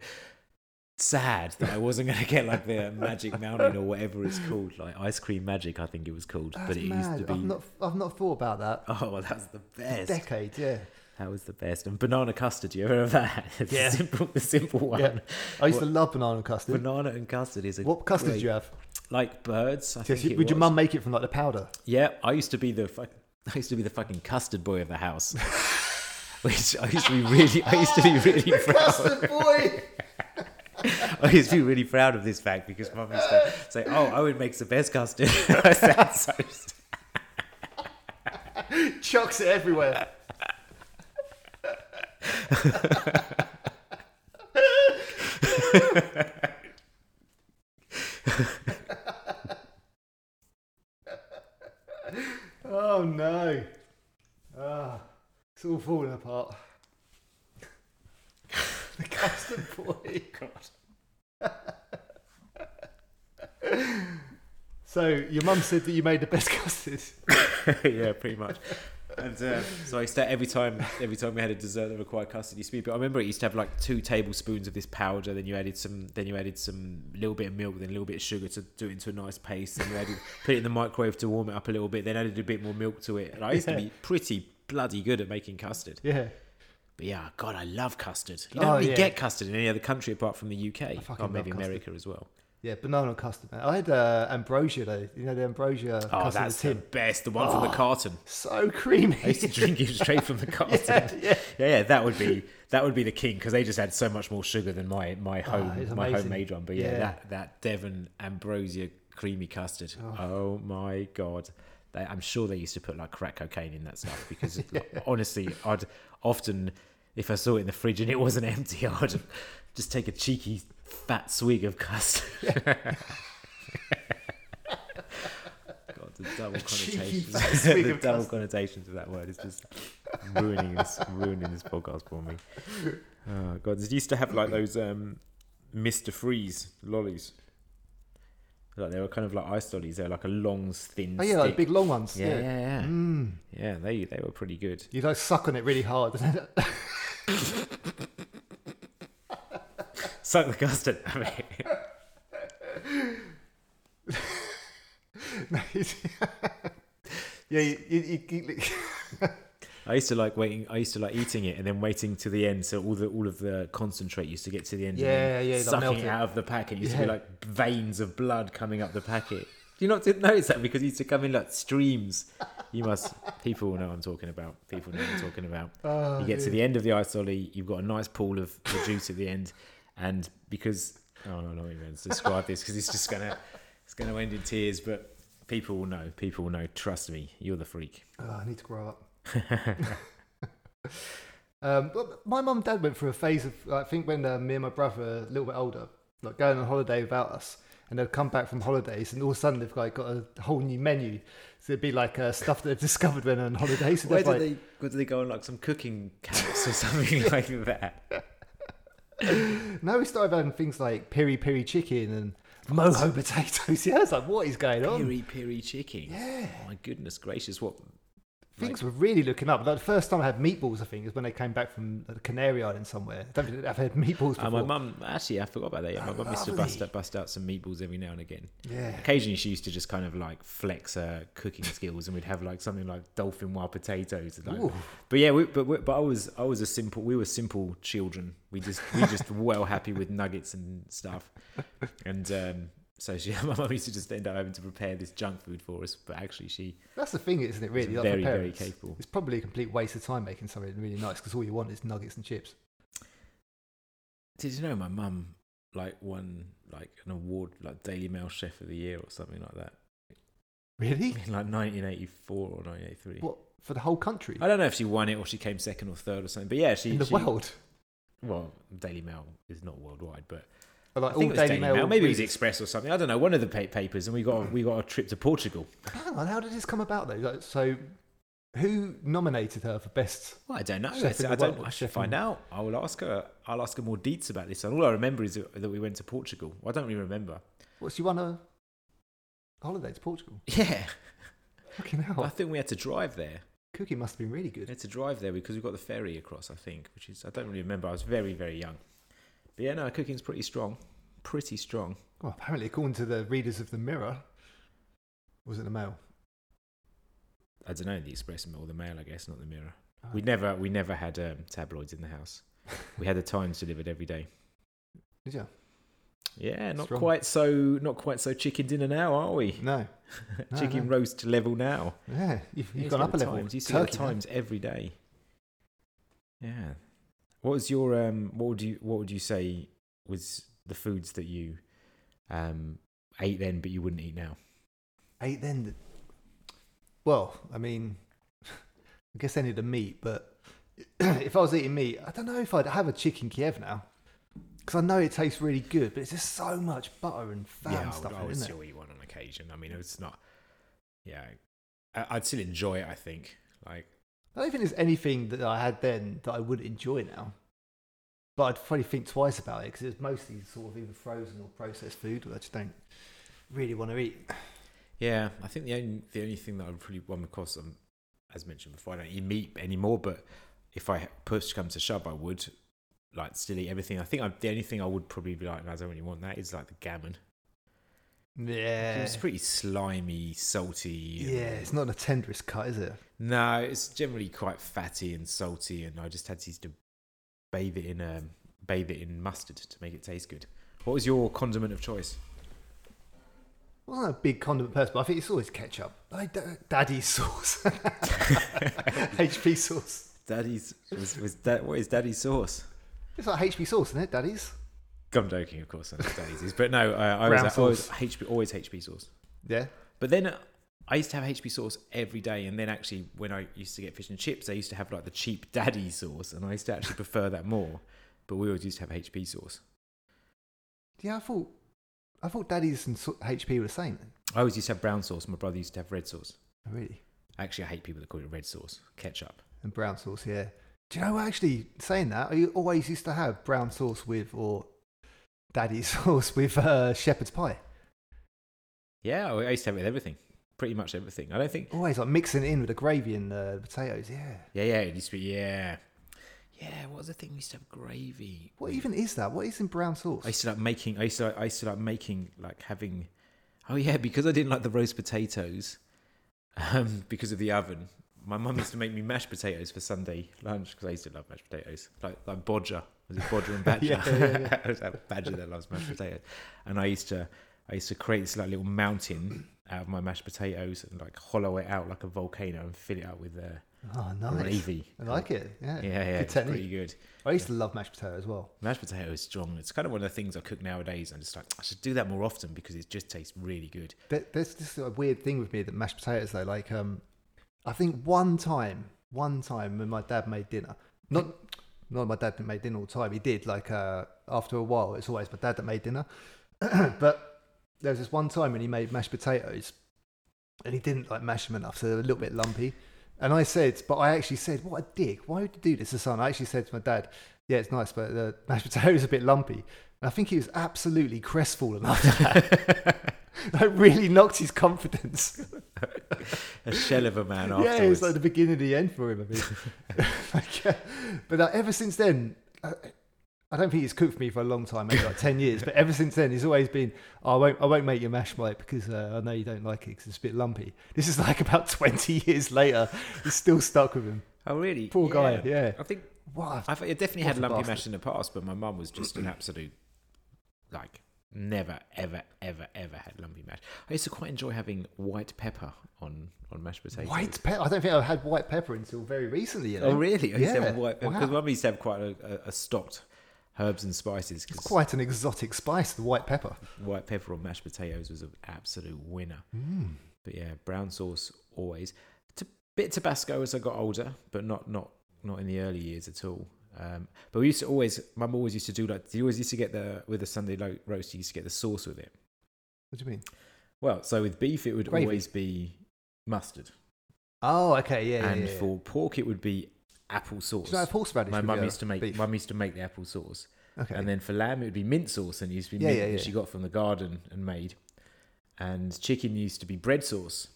B: sad that I wasn't going to get like the magic mountain or whatever it's called. Like ice cream magic, I think it was called.
A: That's
B: but it
A: mad.
B: used to be.
A: I've not, I've not thought about that.
B: Oh, well, that was the best.
A: Decades, yeah.
B: That was the best. And banana custard, you ever have that? It's the
A: Yeah.
B: simple, the simple one.
A: yeah. I used to love banana custard.
B: Banana and custard is a
A: what custard
B: great-
A: did you have?
B: Like birds, I
A: Yes,
B: think.
A: you-
B: it
A: would your
B: was.
A: mum make it from like the powder?
B: Yeah, I used to be the fuck, I used to be the fucking custard boy of the house. Which I used to be really, I used to be really proud.
A: Custard boy!
B: I used to be really proud of this fact because mum used to say, "Oh, Owen makes the best custard." I sound so sad.
A: Chucks it everywhere. oh no. Ah, it's all falling apart. the custard boy. So your mum said that you made the best custard.
B: yeah, pretty much. And uh, so I used to every time every time we had a dessert that required custard, it used to be. But I remember it used to have like two tablespoons of this powder. Then you added some. Then you added some little bit of milk, then a little bit of sugar to do it into a nice paste. Then you added put it in the microwave to warm it up a little bit. Then added a bit more milk to it. And I used to be pretty bloody good at making custard.
A: Yeah.
B: But yeah, God, I love custard. You don't
A: Oh,
B: really
A: yeah.
B: get custard in any other country apart from the UK
A: fucking
B: or
A: love
B: maybe
A: custard.
B: America as well.
A: Yeah, banana custard. Man. I had uh, ambrosia though. You know the ambrosia
B: Oh,
A: custard Oh.
B: that's
A: that's
B: the best. The one from the carton.
A: So
B: I used to
A: creamy.
B: drink it straight from the carton.
A: yeah, Oh, yeah.
B: Yeah, yeah, that would be that would be the king because they just had so much more sugar than my my home
A: it's
B: my
A: amazing.
B: homemade one. But yeah,
A: Yeah.
B: that that Devon ambrosia creamy custard. Oh, my god. They, I'm sure they used to put like crack cocaine in that stuff because like, honestly, I'd often if I saw it in the fridge and it wasn't empty, I'd just take a cheeky fat swig of custard. God, the double
A: cheeky
B: connotations,
A: fat swig
B: the
A: of
B: double
A: custard.
B: connotations of that word is just ruining this ruining this podcast for me. Oh god, they used to have like those um Mr. Freeze lollies. Like they were kind of like ice lollies. They're like a long, thin.
A: Oh yeah, like
B: stick.
A: big long ones.
B: Yeah,
A: Yeah.
B: yeah, yeah.
A: Mm.
B: Yeah, they they were pretty good.
A: You like suck on it really hard.
B: Suck the custard. I mean,
A: No, it's- yeah, you, you, you, you,
B: I used to like waiting. I used to like eating it and then waiting to the end, so all the all of the concentrate used to get to the end.
A: Yeah,
B: and then
A: yeah, like
B: sucking
A: melt
B: it
A: it.
B: out of the packet. It used to be
A: Yeah.
B: like veins of blood coming up the packet. Do you not notice that because it used to come in like streams? You must. People will know what I'm talking about. People know what I'm talking about.
A: Oh,
B: you get to
A: dear.
B: the end of the ice lolly. You've got a nice pool of the juice at the end, and because oh no, I'm not even going to describe this because it's just gonna it's gonna end in tears. But people will know. People will know. Trust me, you're the freak.
A: Oh, I need to grow up. um, but my mum and dad went through a phase of, I think, when uh, me and my brother are a little bit older, like going on holiday without us. And they'd come back from holidays, and all of a sudden they've like got a whole new menu. So it'd be like uh, stuff that they've discovered when on holiday. So
B: Where
A: they'd
B: do
A: like,
B: they where do they go on like some cooking camps or something like that?
A: Now we started having things like piri piri chicken and moho potatoes. Yeah, it's like what is going on?
B: Piri piri chicken. Yeah. my goodness gracious, what
A: Things were really looking up. Like the first time I had meatballs, I think, is when they came back from the Canary Island somewhere. I don't think I've had meatballs before.
B: uh, my mum actually I forgot about that. Yeah, my mum used to bust
A: Lovely.
B: out bust out some meatballs every now and again.
A: yeah,
B: Occasionally she used to just kind of like flex her cooking skills and we'd have like something like dolphin wild potatoes and like,
A: Ooh.
B: But yeah, we, but we, but I was I was a simple we were simple children. We just we just well happy with nuggets and stuff. And um so she, my mum used to just end up having to prepare this junk food for us, but actually she
A: that's the thing, isn't it? Really, like for
B: very, very
A: parents.
B: capable.
A: It's probably a complete waste of time making something really nice because all you want is nuggets and chips.
B: Did you know my mum like won like an award like Daily Mail Chef of the Year or something like that
A: Really?
B: in like 1984 or 1983?
A: What for the whole country
B: I don't know if she won it or she came second or third or something, but yeah, she
A: in the
B: she-
A: world.
B: Well, Daily Mail is not worldwide, but
A: Like
B: I think
A: all
B: it was Daily, Mail. Maybe it was
A: read-
B: Express or something. I don't know. One of the pa- papers, and we got we got a trip to Portugal.
A: Hang on, how did this come about though? Like, so, who nominated her for best?
B: Well, I don't know.
A: Chef in
B: I,
A: the
B: I don't.
A: world,
B: I should
A: chef in-
B: find out. I will ask her. I'll ask her more deets about this. And all I remember is that we went to Portugal. I don't really remember.
A: What she won a holiday to Portugal.
B: Yeah,
A: Fucking
B: but I
A: hell,
B: think we had to drive there.
A: Cookie must have been really
B: We
A: good.
B: had to drive there because we got the ferry across. I think, which is I don't really remember. I was very very young. But yeah, no, her cooking's pretty strong. Pretty strong.
A: Well, apparently, according to the readers of the Mirror, was it the Mail?
B: I don't know the Express or the Mail, I guess, not the Mirror.
A: Oh.
B: We never we never had um, tabloids in the house. We had the Times delivered every day.
A: Did you?
B: Yeah, not
A: Strong.
B: quite so not quite so chicken dinner now, are we?
A: No. No,
B: chicken
A: no.
B: roast level now.
A: Yeah, you've, you've
B: Yeah, you
A: gone
B: see
A: up a
B: the
A: level.
B: Times. You see the
A: Turkey,
B: Times every day. Yeah. What was your um? What would you What would you say was the foods that you um ate then, but you wouldn't eat now?
A: Eight then. The, well, I mean, I guess any of the meat, but if I was eating meat, I don't know if I'd have a chicken Kiev now. Because I know it tastes really good, but it's just so much butter and fat
B: yeah,
A: and
B: I would,
A: stuff,
B: I
A: in,
B: would
A: it, isn't it?
B: still eat one on occasion. I mean, it's not. Yeah, I, I'd still enjoy it. I think. Like,
A: I don't think there's anything that I had then that I would enjoy now. But I'd probably think twice about it because it's mostly sort of either frozen or processed food, which I just don't really want to eat.
B: yeah, I think the only the only thing that I would probably run across, um, as mentioned before, I don't eat meat anymore. But if I push come to shove, I would like still eat everything. I think I, the only thing I would probably be like, and I don't really want that, is like the gammon.
A: Yeah.
B: It's pretty slimy, salty. and-
A: Yeah, it's not the tenderest cut, is it?
B: No, it's generally quite fatty and salty, and I just had to used to bathe it in um, bathe it in mustard to make it taste good. What was your condiment of choice?
A: I wasn't a big condiment person, but I think it's always ketchup. Like da- daddy sauce. HP sauce.
B: Daddy's was, was that what is daddy's sauce?
A: It's like HP sauce, isn't it, daddy's?
B: I'm joking, of course, I know daddy's is, but no, uh, I
A: Brown
B: was, I was
A: sauce.
B: HP, always HP sauce.
A: Yeah.
B: But then uh, I used to have HP sauce every day, and then actually when I used to get fish and chips, I used to have like the cheap daddy sauce, and I used to actually prefer that more. But we always used to have HP sauce.
A: Yeah, I thought, I thought daddy's and so- HP were the same.
B: I always used to have brown sauce. My brother used to have red sauce.
A: Oh, Really.
B: Actually, I hate people that call it red sauce, ketchup.
A: and brown sauce. Yeah. Do you know what? Actually, saying that, I always used to have brown sauce with or daddy sauce with uh, shepherd's pie.
B: Yeah, I I used to have it with everything, pretty much everything. I don't think.
A: Always like mixing it in with the gravy and the potatoes. Yeah.
B: Yeah, yeah, it used to be. Yeah, yeah. What was the thing we used to have gravy?
A: What
B: with?
A: even is that? What is in brown
B: I
A: sauce?
B: used to like making. I used to. Like, I used to like making like having. Oh yeah, because I didn't like the roast potatoes, um, because of the oven. My mum used to make me mashed potatoes for Sunday lunch because I used to love mashed potatoes, like like bodger. Was it bodger and badger?
A: Yeah, yeah, yeah.
B: It was that badger that loves mashed potatoes. And I used to, I used to create this like little mountain out of my mashed potatoes and like hollow it out like a volcano and fill it up with uh,
A: Oh, nice.
B: gravy.
A: I like it. Yeah.
B: Yeah, yeah,
A: Good
B: it's
A: technique.
B: pretty good.
A: I used to love mashed potato as well.
B: Mashed potato is strong. It's kind of one of the things I cook nowadays. I'm just like, I should do that more often because it just tastes really good.
A: There, there's this sort of weird thing with me that mashed potatoes though. Like, um, I think one time, one time when my dad made dinner, not not my dad didn't make dinner all the time. He did like uh, after a while. It's always my dad that made dinner. but there was this one time when he made mashed potatoes, and he didn't like mash them enough, so they're a little bit lumpy. And I said, but I actually said, what a dick! Why would you do this to son? I actually said to my dad, yeah, it's nice, but the mashed potatoes are a bit lumpy. And I think he was absolutely crestfallen after that. that really knocked his confidence.
B: A shell of a man
A: Yeah, it was
B: afterwards.
A: like the beginning of the end for him. I mean. Like, yeah. But uh, ever since then, I, I don't think he's cooked for me for a long time, maybe like 10 years. But ever since then, he's always been, "Oh, I, won't, I won't make your mash white because uh, I know you don't like it because it's a bit lumpy. This is like about 20 years later. It's still stuck with him.
B: oh, really?
A: Poor guy, yeah.
B: I think
A: What?
B: I've, I definitely had
A: What a bastard.
B: lumpy mash in the past, but my mum was just an absolute, like, never, ever, ever, ever had lumpy mash. I used to quite enjoy having white pepper on, on mashed potatoes.
A: White pepper? I don't think I've had white pepper until very recently. You know?
B: Oh, really? I used to have
A: Yeah.
B: white pepper. Because
A: Wow.
B: mum used to have quite a, a, a stocked herbs and spices. 'cause-
A: It's quite an exotic spice, the white pepper.
B: white pepper on
A: Mm.
B: mashed potatoes was an absolute winner. But yeah, brown sauce always. To Bit Tabasco as I got older, but not not not in the early years at all. Um, but we used to always, Mum always used to do like, you always used to get the with a Sunday lo- roast, you used to get the sauce with it.
A: What do you mean?
B: Well, so with beef, it would
A: Gravy.
B: always be mustard,
A: Oh, okay, yeah,
B: and
A: yeah, yeah.
B: for pork, it would be apple
A: Do
B: sauce.
A: you know, if horseradish.
B: My
A: would
B: mum
A: go
B: used to make
A: beef?
B: mum used to make the apple sauce,
A: okay.
B: and then for lamb, it would be mint sauce, and it used to be
A: Yeah,
B: mint
A: yeah,
B: that
A: yeah.
B: she got from the garden and made. And chicken used to be bread sauce.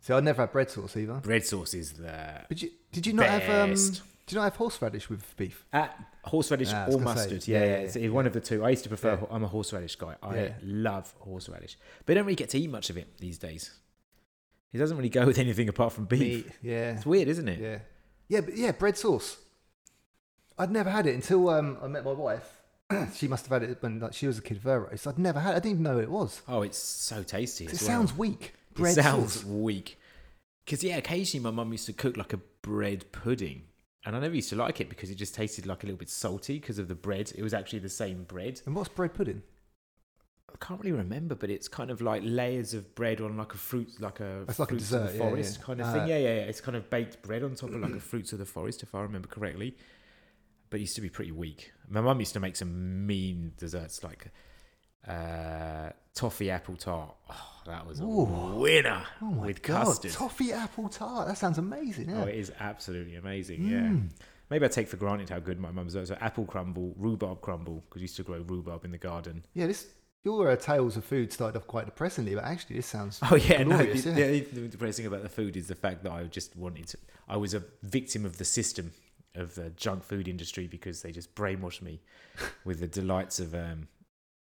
A: See, I never had bread sauce either.
B: Bread sauce is the
A: But you, did you not have? Um,
B: Best.
A: did you not have horseradish with beef?
B: Uh, horseradish
A: Ah, I was
B: or
A: gonna say,
B: mustard.
A: yeah,
B: Yeah, yeah,
A: yeah,
B: It's it's one of the two. I used to prefer,
A: Yeah.
B: I'm a horseradish guy. I
A: Yeah.
B: love horseradish. But I don't really get to eat much of it these days. It doesn't really go with anything apart from
A: Meat,
B: beef.
A: yeah,
B: It's weird, isn't it?
A: yeah, yeah, but yeah, bread sauce. I'd never had it until um, I met my wife. she must have had it when like, she was a kid of her race. I'd never had. it. I didn't even know what it was.
B: Oh, it's so tasty.
A: It
B: as well.
A: sounds weak.
B: It
A: Bread
B: sounds
A: sauce.
B: weak. Because, yeah, occasionally my mum used to cook like a bread pudding. And I never used to like it because it just tasted like a little bit salty because of the bread. It was actually the same bread.
A: And what's bread pudding?
B: I can't really remember, but it's kind of like layers of bread on like a fruit, like a
A: It's like a
B: fruits of
A: dessert,
B: the
A: yeah,
B: forest
A: yeah.
B: kind of
A: Ah.
B: thing. Yeah, yeah, yeah. It's kind of baked bread on top of like a fruits of the forest, if I remember correctly. But it used to be pretty weak. My mum used to make some mean desserts like uh, toffee apple tart. Oh, that was
A: Ooh.
B: a winner
A: Oh my
B: with
A: god!
B: custard.
A: Toffee apple tart. That sounds amazing. Yeah. Hmm. Mm.
B: Oh, it is absolutely amazing. Yeah. Maybe I take for granted how good my mum's are. So apple crumble, rhubarb crumble, because used to grow rhubarb in the garden.
A: yeah. This your uh, tales of food started off quite depressingly, but actually this sounds.
B: Oh yeah,
A: Glorious,
B: no.
A: yeah.
B: The, the only thing depressing about the food is the fact that I just wanted to. I was a victim of the system of the junk food industry because they just brainwashed me with the delights of um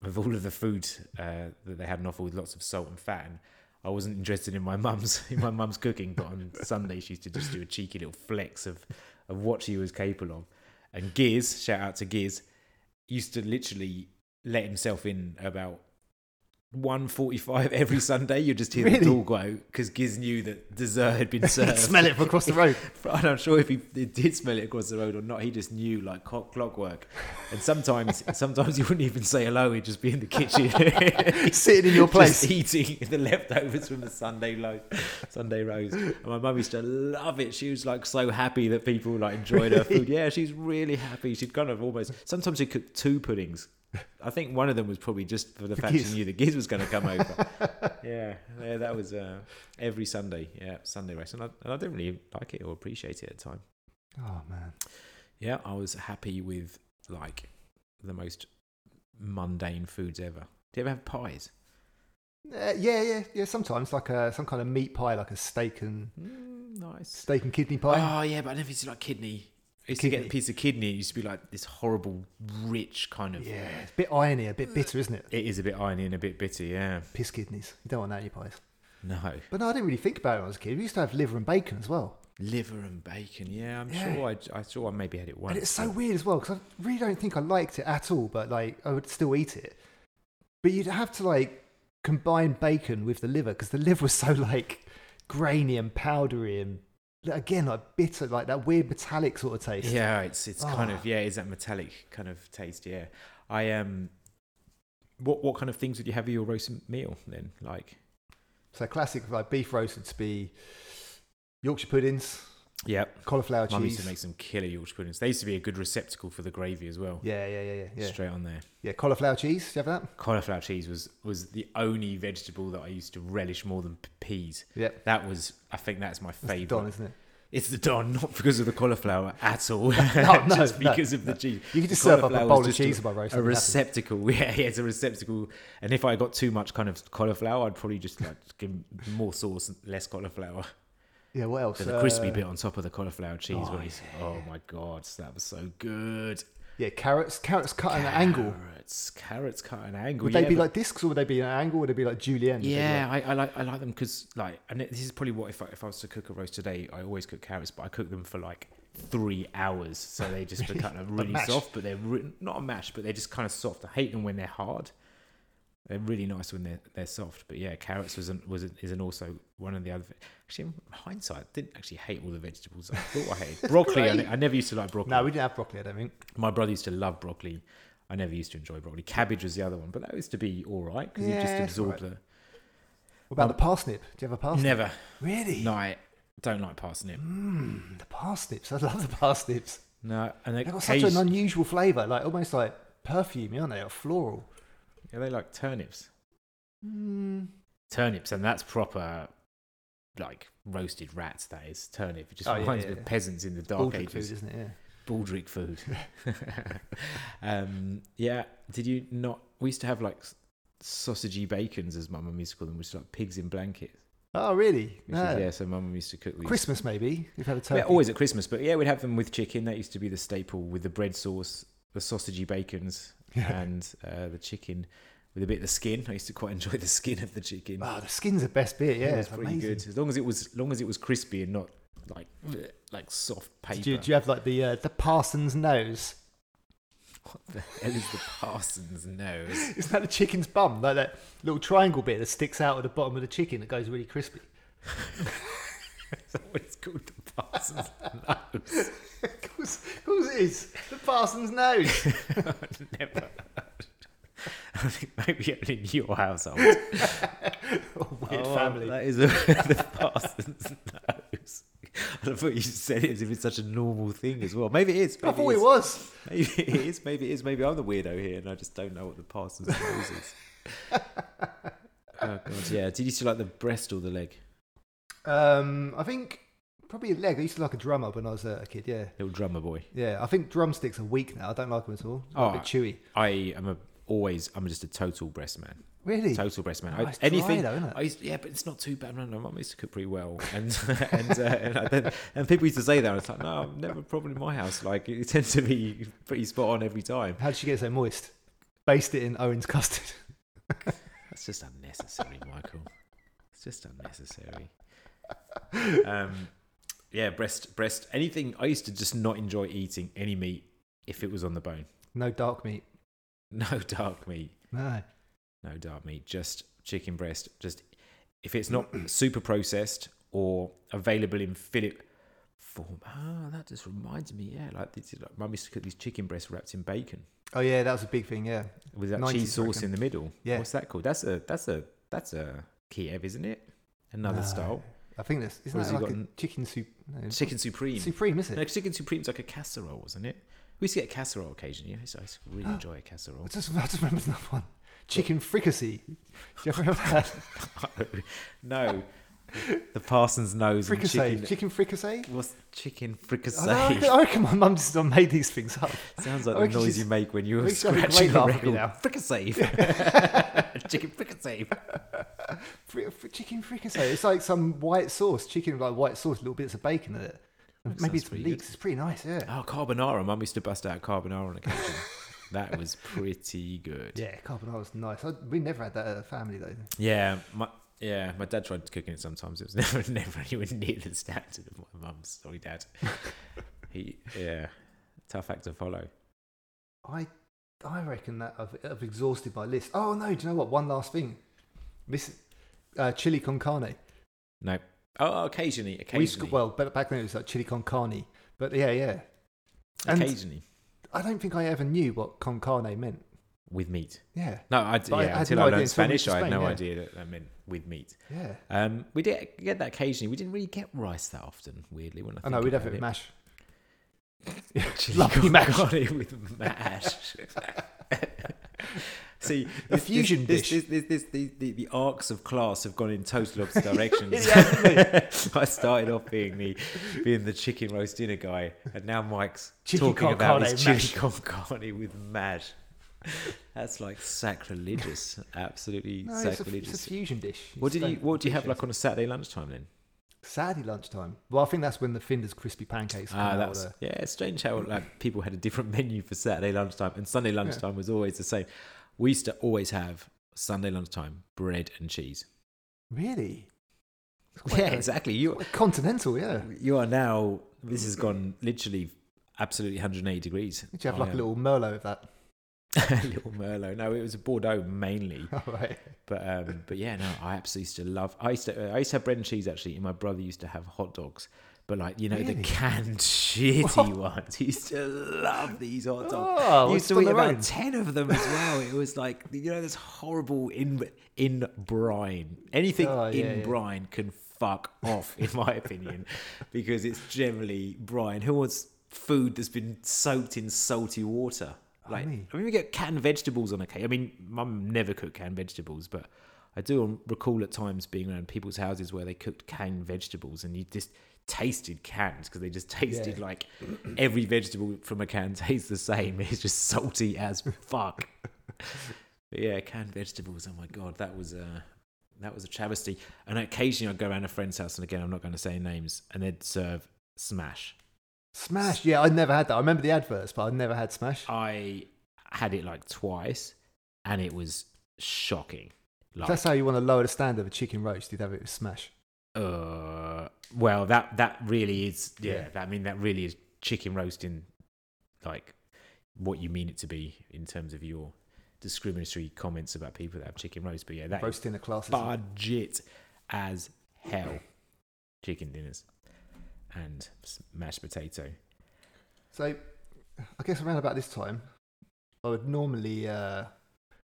B: of all of the food uh, that they had on offer with lots of salt and fat. And I wasn't interested in my mum's in my mum's cooking, but on Sunday she used to just do a cheeky little flex of of what she was capable of. And Gears, shout out to Gears, used to literally let himself in about 1.45 every Sunday. You'd just hear
A: Really?
B: the door go because Giz knew that dessert had been served.
A: Smell it from across the road.
B: I'm not sure if he he did smell it across the road or not. He just knew like clock, clockwork. And sometimes, sometimes he wouldn't even say hello. He'd just be in the kitchen,
A: Sitting in your place.
B: just eating the leftovers from the Sunday loaf, Sunday roast. And my mum used to love it. She was like so happy that people like enjoyed her food. Yeah, she's really happy. She'd kind of almost sometimes she cooked two puddings. I think one of them was probably just for the fact
A: Giz.
B: she knew the Giz was going to come over. yeah, yeah, that was uh, every Sunday. Yeah, Sunday roast, and I, and I didn't really like it or appreciate it at the time.
A: Oh man.
B: Yeah, I was happy with like the most mundane foods ever. Do you ever have pies?
A: Uh, yeah, yeah, yeah. Sometimes like a some kind of meat pie, like a steak and
B: Mm, nice.
A: steak and kidney pie.
B: Oh yeah, but I never used to like kidney. I used to get
A: Kidney.
B: a piece of kidney. It used to be like this horrible, rich kind of.
A: yeah, it's a bit irony, a bit bitter, isn't it?
B: It is a bit irony and a bit bitter. Yeah.
A: Piss kidneys. You don't want that in your pies.
B: No.
A: But no, I didn't really think about it when I was a kid. We used to have liver and bacon as well,
B: Liver and bacon. Yeah, I'm
A: Yeah.
B: sure. I, I sure I maybe had it once.
A: and it's so
B: but-
A: weird as well because I really don't think I liked it at all. But like, I would still eat it. But you'd have to like combine bacon with the liver because the liver was so like grainy and powdery and like, again like bitter, like that weird metallic sort of taste.
B: Yeah, it's it's kind
A: Ah.
B: of yeah, it's that metallic kind of taste. Yeah, I um, what what kind of things would you have with your roast meal then? Like
A: So classic like beef roast would be Yorkshire puddings,
B: yeah,
A: cauliflower
B: mum
A: cheese.
B: used to make some killer Yorkshire puddings. They used to be a good receptacle for the gravy as well.
A: Yeah, yeah, yeah, yeah, yeah.
B: Straight on there.
A: Yeah, cauliflower cheese. Do you have that?
B: Cauliflower cheese was was the only vegetable that I used to relish more than p- peas.
A: Yep.
B: That was, I think, that's my
A: That's the
B: favorite.
A: don, isn't it?
B: It's the don, not because of the cauliflower at all.
A: No, no,
B: just
A: no,
B: because of the cheese.
A: You could just
B: The
A: serve up a
B: cauliflower
A: bowl
B: was
A: of
B: just a-
A: cheese by roast.
B: a
A: and be happy.
B: receptacle. Yeah, yeah, it's a receptacle. And if I got too much kind of cauliflower, I'd probably just like give more sauce, and less cauliflower.
A: Yeah, what else?
B: So the crispy
A: Uh,
B: bit on top of the cauliflower cheese.
A: oh,
B: Oh, oh my god, that was so good.
A: Yeah, carrots. Carrots cut at an angle.
B: Carrots, carrots cut at an angle.
A: Would
B: yeah,
A: they be
B: but-
A: like discs or would they be an angle? Would they be like julienne? Would they be
B: Yeah, I, I like I like them because like, and it- this is probably what if I, if I was to cook a roast today, I always cook carrots, but I cook them for like three hours, so they just become like, really
A: mash.
B: soft. But they're re- not a mash, but they're just kind of soft. I hate them when they're hard. They're really nice when they're they're soft. But yeah, carrots was an, was an, is an also one of the other. Actually, in hindsight, I didn't actually hate all the vegetables I thought I hated. broccoli, I, ne- I never used to like broccoli.
A: no, we didn't have broccoli. I don't think.
B: My brother used to love broccoli. I never used to enjoy broccoli. Cabbage was the other one, but that used to be all right because you
A: Yeah,
B: just
A: it's all
B: absorb the.
A: What about the parsnip? Do you have a parsnip?
B: Never,
A: Really?
B: No, I, Don't like parsnip.
A: Mmm, the parsnips. I love the parsnips.
B: No, and they
A: They've got such
B: occasion-
A: an unusual flavour, like almost like perfumey, aren't they? Or floral.
B: yeah, they like turnips.
A: Mm.
B: Turnips, and that's proper, like roasted rats. That is turnip. It just
A: Oh, yeah,
B: reminds
A: yeah,
B: me
A: yeah.
B: of peasants in the dark
A: Baldric
B: ages.
A: food, isn't it? Yeah.
B: Baldric food. um, yeah. Did you not? We used to have like s- sausagey bacons as mum and used to call them, which is like pigs in blankets.
A: Oh, really?
B: Which is,
A: No.
B: yeah, so mum used to cook. these.
A: Christmas, maybe. We've had a turkey.
B: Yeah, always at Christmas, but yeah, we'd have them with chicken. That used to be the staple with the bread sauce, the sausagey bacons, and uh, the chicken with a bit of the skin. I used to quite enjoy the skin of the chicken.
A: Oh, the skin's the best bit. Yeah,
B: it was
A: it's
B: pretty
A: amazing.
B: good as long as it was as long as it was crispy and not like bleh, like soft paper.
A: Did you, do you have like the uh, the parson's nose?
B: What the hell is the parson's nose?
A: Isn't that the chicken's bum? Like that little triangle bit that sticks out at the bottom of the chicken that goes really crispy.
B: Is that what it's called? The parson's nose.
A: of, course, of course it is. The parson's nose.
B: I've never. heard. I think maybe only in your household.
A: Oh, weird
B: Oh,
A: family.
B: That is a, the parson's nose. I thought you said it as if it's such a normal thing as well. Maybe it is.
A: I
B: Maybe
A: thought
B: it
A: it
B: is.
A: was.
B: Maybe it is. Maybe it is. Maybe I'm the weirdo here, and I just don't know what the parson's nose is. oh god, yeah. Did you see like the breast or the leg?
A: Um, I think probably a leg. I used to like a drummer when I was a a kid. Yeah,
B: Little drummer boy.
A: yeah. I think drumsticks are weak now. I don't like them at all. They're a
B: Oh,
A: bit chewy.
B: I am a always. I'm just a total breast man.
A: Really?
B: Total breast man.
A: Oh,
B: I-
A: it's dry
B: anything.
A: though, isn't it?
B: I used, yeah, but it's not too bad. No, no, mum used to cook pretty well, and and, uh, and, I don't- and people used to say that. I was like, no, I've never a problem in my house. Like it tends to be pretty spot on every time.
A: How did she get so moist? Based it in Owen's custard.
B: That's just unnecessary, Michael. It's just unnecessary. Um, yeah, breast, breast, anything. I used to just not enjoy eating any meat if it was on the bone.
A: No dark meat.
B: No dark meat.
A: No.
B: No dark meat, just chicken breast. Just if it's not super processed or available in fillet form. Ah, that just reminds me. Yeah, like, this is like mum used to cook these chicken breasts wrapped in bacon
A: Oh yeah, that was a big thing. Yeah.
B: with that
A: 90s,
B: cheese sauce
A: reckon.
B: in the middle.
A: Yeah.
B: what's that called? That's a that's a that's a Kiev, isn't it? Another
A: No.
B: style.
A: Ah. I think that's isn't
B: Or has
A: that
B: he
A: like a
B: got-
A: chicken soup? No, it's
B: Chicken
A: not
B: supreme.
A: supreme, is it?
B: No, chicken supreme's like a casserole, wasn't it? We used to get a casserole occasionally. I used to, I used to really enjoy a
A: I
B: casserole.
A: just, I just remembered another one. Chicken fricassee. Do you ever remember that?
B: no, the parson's nose and
A: fricassee.
B: chicken.
A: Chicken, fricassee.
B: What's
A: I,
B: chicken
A: know, I
B: fricassee?
A: reckon- I reckon my mum just made these things up.
B: Sounds
A: I
B: like the
A: reckon
B: noise
A: she's-
B: you make when you're
A: I think she's having a
B: scratching
A: great
B: the
A: laugh at me
B: record.
A: now.
B: Fricassee. chicken fricassee.
A: Fri- fri- chicken fricassee. It's like some white sauce, chicken with, like white sauce, little bits of bacon in it.
B: That
A: Maybe
B: sounds
A: it's
B: pretty good.
A: leeks. It's pretty nice, yeah.
B: Oh, carbonara. Mum used to bust out carbonara on occasion. that was pretty good.
A: Yeah, carbonara's nice. I, we never had that at a family though.
B: Yeah, my yeah, my dad tried cooking it sometimes. It was never never anywhere near the standard of my mum's. Sorry, dad. he yeah, tough act to follow.
A: I I reckon that I've, I've exhausted my list. Oh no, do you know what? One last thing. This uh, chili con carne.
B: No. Oh, occasionally,
A: We used to,
B: occasionally,
A: well, but back then it was like chili con carne. But yeah, yeah. and-
B: occasionally
A: I don't think I ever knew what con carne meant.
B: with meat.
A: Yeah,
B: No, I d-
A: But I
B: yeah,
A: had
B: until
A: no
B: I
A: idea
B: learned
A: until I went
B: Spanish,
A: to
B: I had
A: Spain,
B: no
A: yeah.
B: idea that that meant with meat.
A: yeah.
B: Um, we did get that occasionally. We didn't really get rice that often. Weirdly, when I
A: I know
B: think
A: Oh, we'd have
B: about
A: it with mash.
B: Chili
A: Lovely
B: con
A: mash.
B: carne with mash. See,
A: A
B: this-
A: fusion
B: this,
A: dish.
B: This, this, this, the, the, the arcs of class have gone in total opposite directions.
A: It
B: I started off being the being the chicken roast dinner guy, and now Mike's
A: Chili
B: talking
A: con
B: about
A: carne
B: his chili
A: mash.
B: con carne with mash. That's like sacrilegious, absolutely
A: No, it's a,
B: sacrilegious.
A: it's a fusion dish.
B: what
A: It's
B: did you
A: don't
B: What do you have
A: appreciate
B: like on a Saturday lunchtime then?
A: it. Saturday lunchtime. Well, I think that's when the Finder's crispy pancakes. come
B: Ah,
A: out
B: that's
A: of
B: yeah. It's strange how like people had a different menu for Saturday lunchtime, and Sunday lunchtime was always the same. We used to always have Sunday lunchtime bread and cheese.
A: the- really. It's quite
B: Yeah,
A: a-
B: exactly. You
A: quite continental, yeah.
B: you are now. This has gone literally absolutely 180 degrees.
A: Did you have
B: I
A: like a
B: am-
A: little merlot of that?
B: a little merlot? No, it was a Bordeaux mainly.
A: All right.
B: But um, but yeah, no, I absolutely used to love. I used to I used to have bread and cheese actually, and my brother used to have hot dogs. But like you know the
A: Really?
B: canned shitty ones. He used to love these hot dogs.
A: Oh,
B: He
A: well,
B: used
A: it's
B: to
A: on
B: eat
A: their
B: about
A: own.
B: ten of them as well. It was like you know this horrible in in brine. Anything
A: Oh, yeah,
B: in
A: yeah.
B: brine can fuck off, in my opinion, because it's generally Brian who wants food that's been soaked in salty water. Like, I mean,
A: mean-
B: we get canned vegetables on occasion. I mean, Mum never cooked canned vegetables, but I do recall at times being around people's houses where they cooked canned vegetables, and you just tasted cans because they just tasted
A: Yeah.
B: like every vegetable from a can tastes the same. It's just salty as fuck. But yeah, canned vegetables. Oh my god, that was a that was a travesty. And occasionally I'd go around a friend's house, and again I'm not going to say names, and they'd serve smash.
A: Smash. Yeah, I never had that. I remember the adverts, but I never had
B: Oh,
A: Smash.
B: I had it like twice, and it was shocking. Like,
A: If that's how you want to lower the standard of a chicken roast, you'd have it with Smash.
B: uh, well, that that really is. Yeah,
A: Yeah.
B: that I mean, that really is chicken roasting, like what you mean it to be in terms of your discriminatory comments about people that have chicken roast. But yeah, that is
A: Roast dinner classes.
B: budget as hell. Chicken dinners and s- mashed potato.
A: So, I guess around about this time, I would normally uh,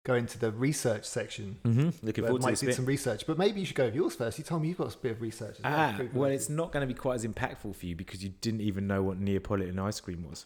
A: go into the research section.
B: Mm-hmm. Looking
A: where
B: forward to
A: Mike
B: this
A: did
B: bit.
A: some research, but maybe you should go with yours first. You told me you've got a bit of research. As well.
B: Ah,
A: Food
B: well,
A: related.
B: it's not going to be quite as impactful for you because you didn't even know what Neapolitan ice cream was.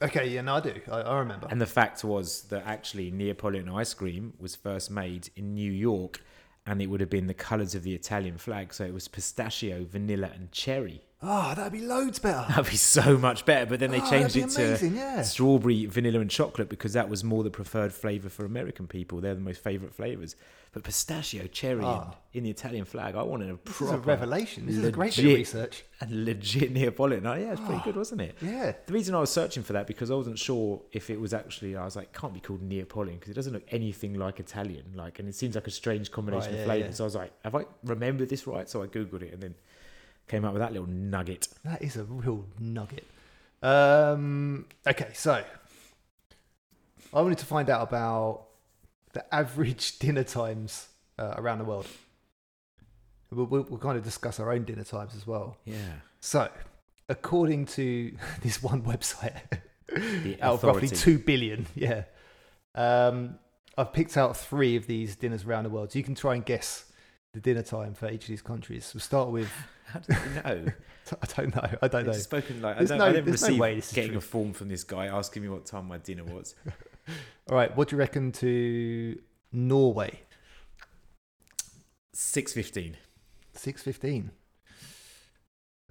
A: okay. Yeah, no, I do. I, I remember.
B: And the fact was that actually Neapolitan ice cream was first made in New York and it would have been the colours of the Italian flag. So it was pistachio, vanilla, and cherry.
A: Ah, that'd be loads better.
B: That'd be so much better. But then they
A: Oh,
B: changed it
A: that'd be
B: to
A: amazing, yeah.
B: strawberry, vanilla, and chocolate because that was more the preferred flavour for American people. They're the most favourite flavours. But pistachio, cherry, and
A: Ah.
B: in the Italian flag, I wanted a
A: This is
B: proper
A: a revelation. This is a great bit of
B: legit-
A: research.
B: And legit Neapolitan. Oh, yeah, it's
A: Ah.
B: pretty good, wasn't it?
A: Yeah.
B: The reason I was searching for that because I wasn't sure if it was actually I was like can't be called Neapolitan because it doesn't look anything like Italian like and it seems like a strange combination
A: Right,
B: of
A: yeah,
B: flavors.
A: yeah.
B: So I was like, have I remembered this right? So I googled it and then came up with that little nugget.
A: That is a real nugget. Um, okay, so I wanted to find out about the average dinner times uh, around the world. We'll, we'll, we'll kind of discuss our own dinner times as well.
B: Yeah,
A: So, according to this one website,
B: the
A: out of roughly
B: authority.
A: 2 billion, yeah, um, I've picked out three of these dinners around the world. So you can try and guess the dinner time for each of these countries. We'll start with,
B: How do they know?
A: I don't know, I don't know.
B: It's spoken like I
A: There's
B: don't,
A: no-
B: I don't
A: there's no
B: receive
A: way this is
B: getting
A: true.
B: a form from this guy asking me what time my dinner was.
A: All right, what do you reckon to Norway?
B: Six fifteen.
A: Six fifteen.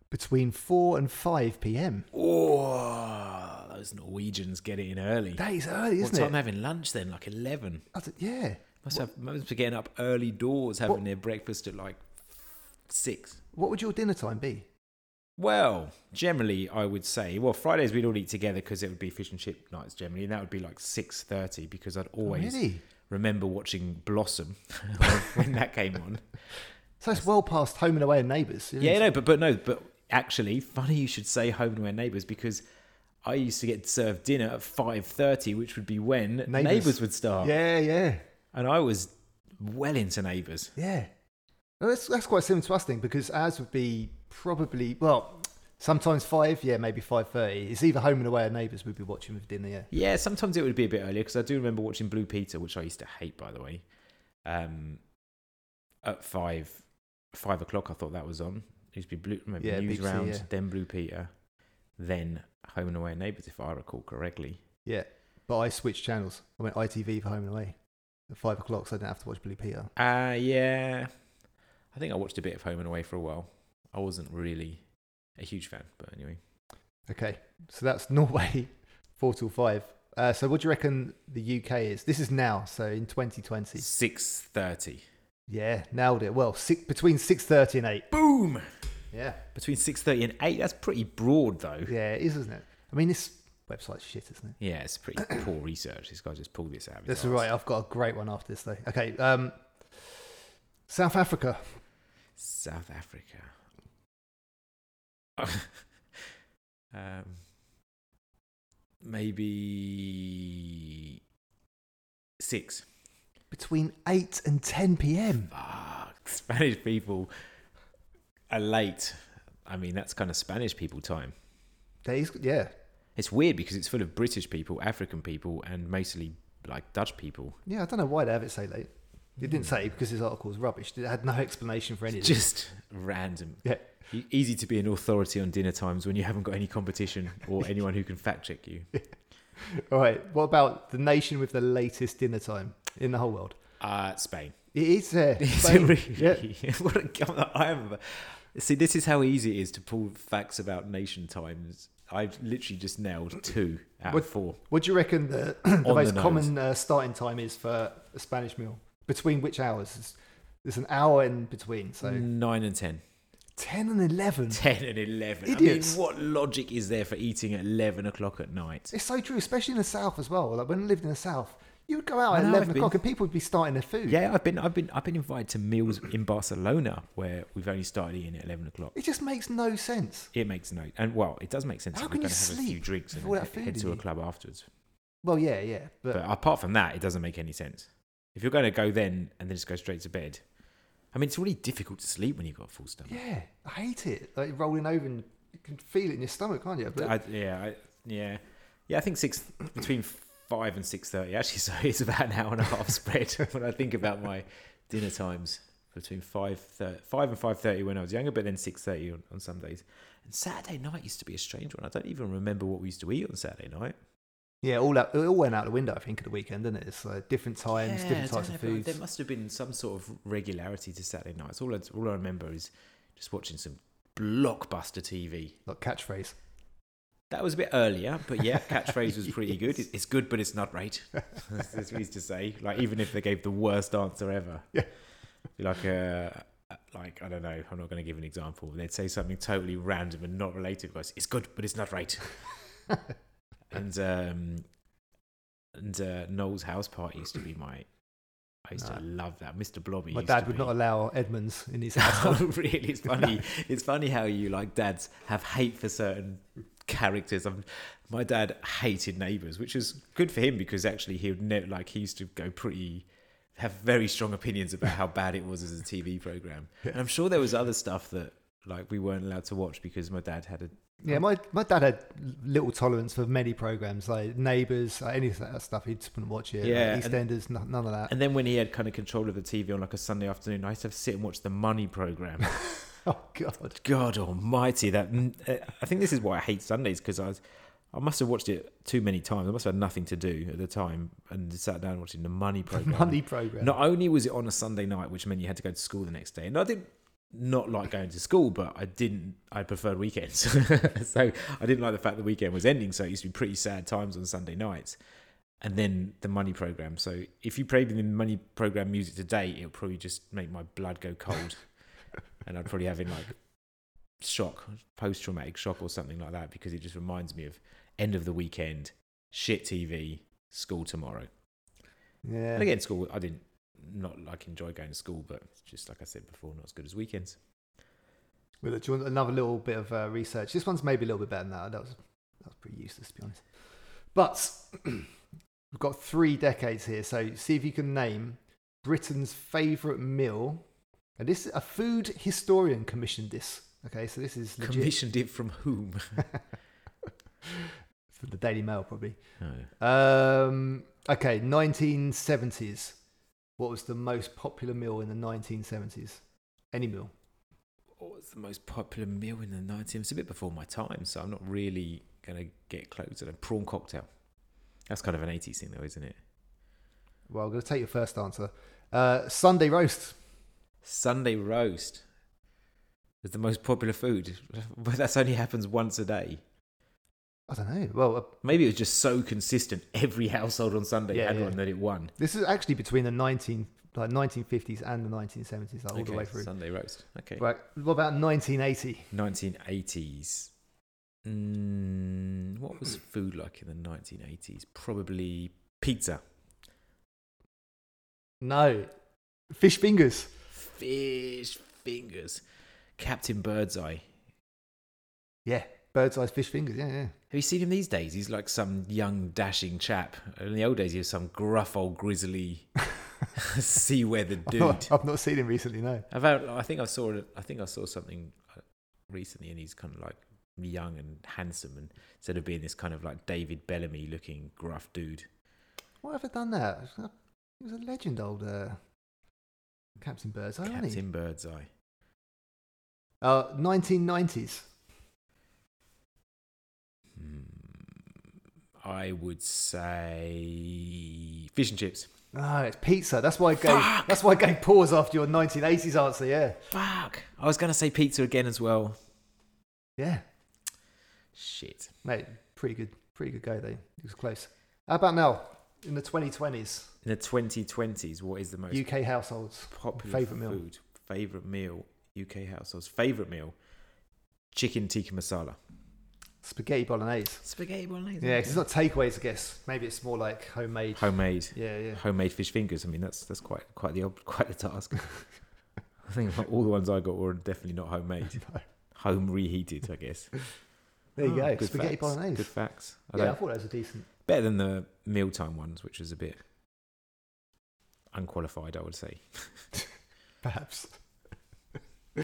A: Between four and five p.m.
B: Oh, those Norwegians get it in early.
A: That is early,
B: what
A: isn't
B: time
A: it?
B: having lunch then? Like eleven.
A: That's it? Yeah.
B: Must have must be getting up early doors, having
A: What-
B: their breakfast at like six.
A: What would your dinner time be?
B: Well, generally, I would say, well, Fridays we'd all eat together because it would be fish and chip nights generally, and that would be like six thirty because I'd always
A: Oh, Really?
B: remember watching Blossom when that came on.
A: So it's well past home and away and neighbours.
B: Yeah, no, but but no, but actually, funny you should say home and our neighbours because I used to get served dinner at five thirty, which would be when neighbours, would start,
A: Yeah, yeah,
B: and I was well into neighbours.
A: yeah. Well, that's that's quite similar to us thing because ours would be probably well, sometimes five. Yeah, maybe five thirty. It's either home and away or neighbours we'd be watching with dinner. Yeah.
B: Yeah, sometimes it would be a bit earlier because I do remember watching Blue Peter, which I used to hate, by the way. Um, at five, five o'clock, I thought that was on. It used to be Blue, maybe
A: Yeah,
B: News
A: BBC,
B: Round,
A: yeah.
B: then Blue Peter, then Home and Away Neighbours, if I recall correctly.
A: Yeah. But I switched channels. I went ITV for home and away at five o'clock, so I didn't have to watch Blue Peter.
B: Uh yeah, I think I watched a bit of Home and Away for a while. I wasn't really a huge fan, but anyway,
A: Okay, so that's Norway, four till five. Uh, so what do you reckon the UK is? This is now, so in 2020.
B: six thirty.
A: Yeah, nailed it. Well, six, between 6.30 and 8.
B: Boom!
A: Yeah.
B: Between six thirty and eight. That's pretty broad, though.
A: Yeah, it is, isn't it? I mean, this website's shit, isn't it?
B: Yeah, it's pretty poor research. This guy just pulled this out. Of his
A: That's
B: arse.
A: all right. I've got a great one after this, though. Okay, um, South Africa.
B: South Africa. um, maybe six.
A: Between 8 and 10 p.m.
B: Fuck, Spanish people are late. I mean, that's kind of Spanish people time.
A: That is, yeah,
B: It's weird because it's full of British people, African people, and mostly like Dutch people.
A: yeah. I don't know why they have it so late. It didn't
B: Hmm.
A: say because this article was rubbish. It had no explanation for anything.
B: Just random.
A: yeah.
B: E- Easy to be an authority on dinner times when you haven't got any competition or anyone who can fact check you.
A: All right. What about the nation with the latest dinner time in the whole world?
B: Uh, Spain.
A: It is there.
B: Is
A: Spain.
B: it
A: Yeah.
B: really? what a gum that I am. See, this is how easy it is to pull facts about nation times. I've literally just nailed two out
A: What-
B: of four.
A: What do you reckon the, the
B: the
A: most
B: nose.
A: common uh, starting time is for a Spanish meal? Between which hours? It's- There's an hour in between, so
B: Nine and ten.
A: 10 and 11.
B: 10 and 11.
A: Idiots.
B: I mean, what logic is there for eating at 11 o'clock at night?
A: It's so true, especially in the south as well. Like when I lived in the south, you would go out
B: I
A: at
B: know,
A: 11
B: I've
A: o'clock and people would be starting their food.
B: Yeah, I've been, I've been, I've been invited to meals in Barcelona where we've only started eating at 11 o'clock.
A: It just makes no sense.
B: It makes no, and well, it does make sense.
A: How
B: if
A: can
B: we're
A: you
B: going to have a few
A: sleep
B: drinks
A: with
B: and
A: all that
B: he-
A: food
B: head
A: in
B: to a
A: you?
B: club afterwards.
A: Well, yeah, yeah. But,
B: But apart from that, it doesn't make any sense. If you're going to go then and then just go straight to bed, I mean, it's really difficult to sleep when you've got a full stomach.
A: yeah, I hate it. Like rolling over and you can feel it in your stomach, can't you? But
B: I, yeah, I, yeah, yeah. I think six between five and six thirty. Actually, so it's about an hour and a half spread when I think about my dinner times between five thir five and five thirty when I was younger, but then six thirty on, on some days. And Saturday night used to be a strange one. I don't even remember what we used to eat on Saturday night.
A: yeah, all that, it all went out the window, I think, at the weekend, didn't it? It's like different times, different types of foods.
B: There must have been some sort of regularity to Saturday nights. All I, all I remember is just watching some blockbuster TV.
A: Like catchphrase.
B: That was a bit earlier, but yeah, catchphrase was pretty good. It's, it's good, but it's not right. That's what we used to say. Like even if they gave the worst answer ever,
A: Yeah.
B: like uh, like I don't know. I'm not going to give an example. They'd say something totally random and not related. But it's good, but it's not right. and um, and uh, Noel's house party used to be my. I used
A: Nah.
B: to love that. Mr. Blobby.
A: My
B: used
A: dad
B: to
A: would
B: be-
A: not allow Edmonds in his house.
B: Oh, really? It's funny. It's funny how you like dads have hate for certain characters. I'm, my dad hated neighbours, which is good for him because actually he would never like he used to go pretty have very strong opinions about how bad it was as a TV program. And I'm sure there was other stuff that like we weren't allowed to watch because my dad had a
A: yeah, my, my dad had little tolerance for many programs, like Neighbours, like any of that stuff. He just wouldn't watch it.
B: Yeah,
A: Like
B: and-
A: EastEnders, no- none of that.
B: and then when he had kind of control of the TV on like a Sunday afternoon, I used to have to sit and watch the Money program.
A: oh, God.
B: God Almighty! That uh, I think this is why I hate Sundays because I, was, I must have watched it too many times. I must have had nothing to do at the time and sat down watching the Money program.
A: Money program.
B: Not only was it on a Sunday night, which meant you had to go to school the next day, and I did not like going to school, but I didn't. I preferred weekends, so I didn't like the fact the weekend was ending. So it used to be pretty sad times on Sunday nights. And then the money program. So if you played the money program music today, it would probably just make my blood go cold, and I'd probably have in like shock, post traumatic shock, or something like that, because it just reminds me of end of the weekend, shit TV, school tomorrow.
A: yeah.
B: And again, school, I didn't not like enjoy going to school, but it's just like I said before, not as good as weekends.
A: Well, look, do you want another little bit of uh, research? This one's maybe a little bit better than that. That was, that was pretty useless, to be honest. But we've got three decades here, so see if you can name Britain's favourite meal. And this a food historian commissioned this. Okay, so this is legit
B: Commissioned it from whom?
A: for the Daily Mail, probably.
B: Oh.
A: Um, okay, 1970s. What was the most popular meal in the 1970s? Any meal?
B: What was Oh, the most popular meal in the 90s? It's a bit before my time, so I'm not really going to get close to them. Prawn cocktail. That's kind of an 80s thing, though, isn't it?
A: Well, I'm going to take your first answer. Uh, Sunday roast.
B: Sunday roast is the most popular food, but that's only happens once a day.
A: I don't know. Well, a
B: Maybe it was just so consistent. Every household on Sunday
A: Yeah,
B: had
A: yeah.
B: one that it won.
A: This is actually between the 19 like 1950s and the 1970s, like all the
B: Okay,
A: way through.
B: Sunday roast. Okay.
A: Right. What about 1980?
B: 1980s. Mm, what was food like in the 1980s? Probably pizza.
A: No. Fish fingers.
B: Fish fingers. Captain Birdseye.
A: Yeah. Bird's eyes fish fingers. Yeah, yeah.
B: Have you seen him these days? He's like some young, dashing chap. In the old days, he was some gruff old grizzly, sea weathered
A: I've
B: dude.
A: not, I've not seen him recently, no.
B: I've had, I think I saw I think I saw something uh, recently, and he's kind of like young and handsome, and instead of being this kind of like David Bellamy looking gruff dude,
A: Why have I done that? He was a legend, old uh, Captain Birdseye, aren't he?
B: Captain Birdseye.
A: Uh, 1990s.
B: I would say fish and chips.
A: No, it's pizza. That's why I gave. That's why I gave pause after your 1980s answer. Yeah,
B: Fuck. I was going to say pizza again as well.
A: yeah,
B: Shit.
A: mate. Pretty good. Pretty good go though. It was close. How about now? In the 2020s,
B: In the 2020s, what is the most
A: UK households
B: popular
A: favorite meal.
B: food? Favorite meal. UK households. Favorite meal. Chicken tikka masala.
A: spaghetti bolognese.
B: Spaghetti bolognese.
A: Yeah, 'cause it's not takeaways, I guess. Maybe it's more like homemade.
B: homemade.
A: Yeah, yeah.
B: Homemade fish fingers. I mean, that's that's quite quite the ob- quite the task. I think all the ones I got were definitely not homemade. Home reheated, I guess.
A: There you
B: Oh,
A: go.
B: good
A: Spaghetti
B: facts.
A: bolognese.
B: Good facts.
A: yeah,
B: I
A: I
B: don't-
A: thought that was a decent.
B: better than the mealtime ones, which was a bit unqualified, I would say.
A: Perhaps.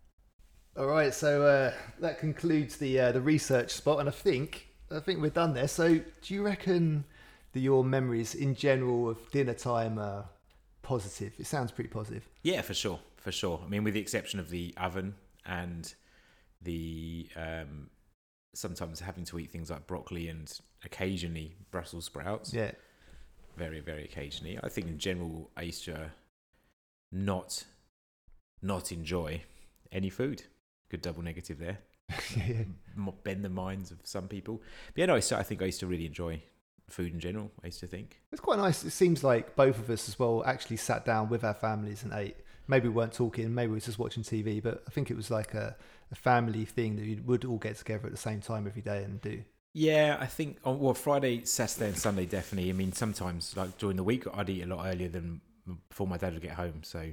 A: All right, so uh, that concludes the uh, the research spot, and I think I think we're done there. So, do you reckon that your memories in general of dinner time are positive? It sounds pretty positive.
B: Yeah, for sure, for sure. I mean, with the exception of the oven and the um, sometimes having to eat things like broccoli and occasionally Brussels sprouts.
A: Yeah,
B: very very occasionally i think in general i used to not not enjoy any food good double negative there
A: yeah,
B: M- bend the minds of some people but yeah no so i think i used to really enjoy food in general i used to think
A: it's quite nice. It seems like both of us as well actually sat down with our families and ate. Maybe we weren't talking, maybe we were just watching TV, but I think it was like a, a family thing that you would all get together at the same time every day and do.
B: yeah i think on well friday saturday and sunday definitely i mean sometimes like during the week i'd eat a lot earlier than before my dad would get home so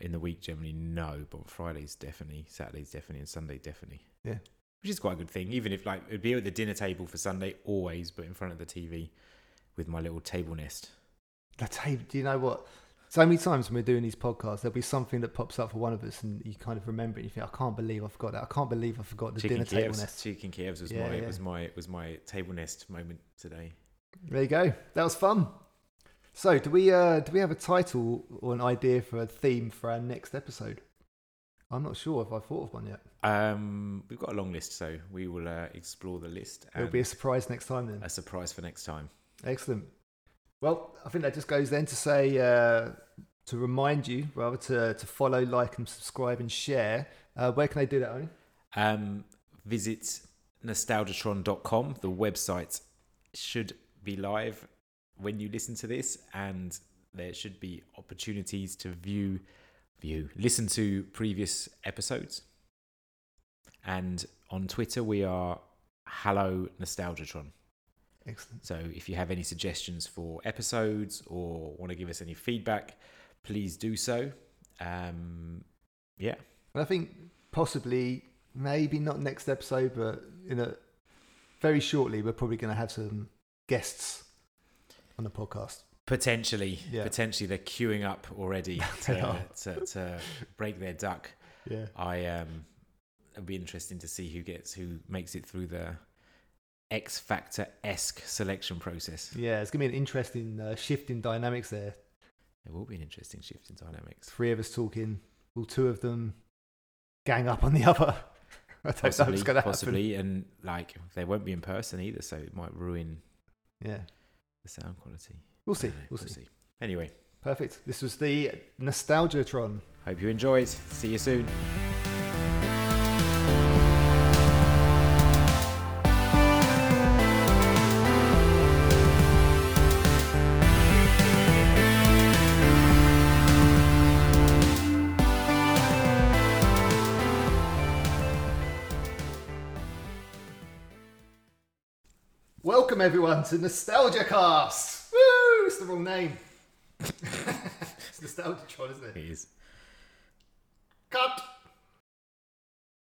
B: in the week generally no but on fridays definitely saturdays definitely and sunday definitely
A: Yeah.
B: which is quite a good thing. Even if like it'd be at the dinner table for Sunday always, but in front of the TV with my little table nest.
A: I tell you, do you know what? So many times when we're doing these podcasts, there'll be something that pops up for one of us, and you kind of remember it. And you think, I can't believe I forgot that. I can't believe I forgot the dinner
B: Chicken
A: table
B: Kievs,
A: nest.
B: chicken Kievs was
A: Yeah,
B: my
A: yeah.
B: was my was my table nest moment today.
A: There you go. That was fun. So, do we uh, do we have a title or an idea for a theme for our next episode? I'm not sure if I thought of one yet.
B: Um, we've got a long list, so we will uh, explore the list and
A: It'll be a surprise next time then.
B: a surprise for next time.
A: Excellent. Well, I think that just goes then to say, uh, to remind you rather to, to follow, like, and subscribe and share. Uh, where can they do that, Owen?
B: Um, visit nostalgiatron.com. The website should be live when you listen to this, and there should be opportunities to view, view, listen to previous episodes. And on Twitter, we are Hello Nostalgiatron.
A: Excellent.
B: So if you have any suggestions for episodes or want to give us any feedback, please do so. Um, yeah,
A: And I think possibly, maybe not next episode, but in a very shortly, we're probably going to have some guests on the podcast.
B: Potentially,
A: Yeah.
B: potentially they're queuing up already
A: They
B: to,
A: are.
B: to, to break their duck.
A: Yeah,
B: I um, it'll be interesting to see who gets who makes it through the X Factor esque selection process.
A: yeah, it's going to be an interesting uh, shift in dynamics there.
B: It will be an interesting shift in dynamics.
A: Three of us talking, will two of them gang up on the other? I don't know
B: Possibly,
A: what's going to happen.
B: possibly, and like they won't be in person either, so it might ruin
A: Yeah,
B: the sound quality.
A: we'll see.
B: I don't know,
A: We'll see.
B: Anyway,
A: Perfect. This was the Nostalgiatron.
B: hope you enjoyed. See you soon.
A: Welcome everyone to Nostalgia Cast. Woo! It's the wrong name. it's Nostalgia Tron, isn't it?
B: It is.
A: Cut.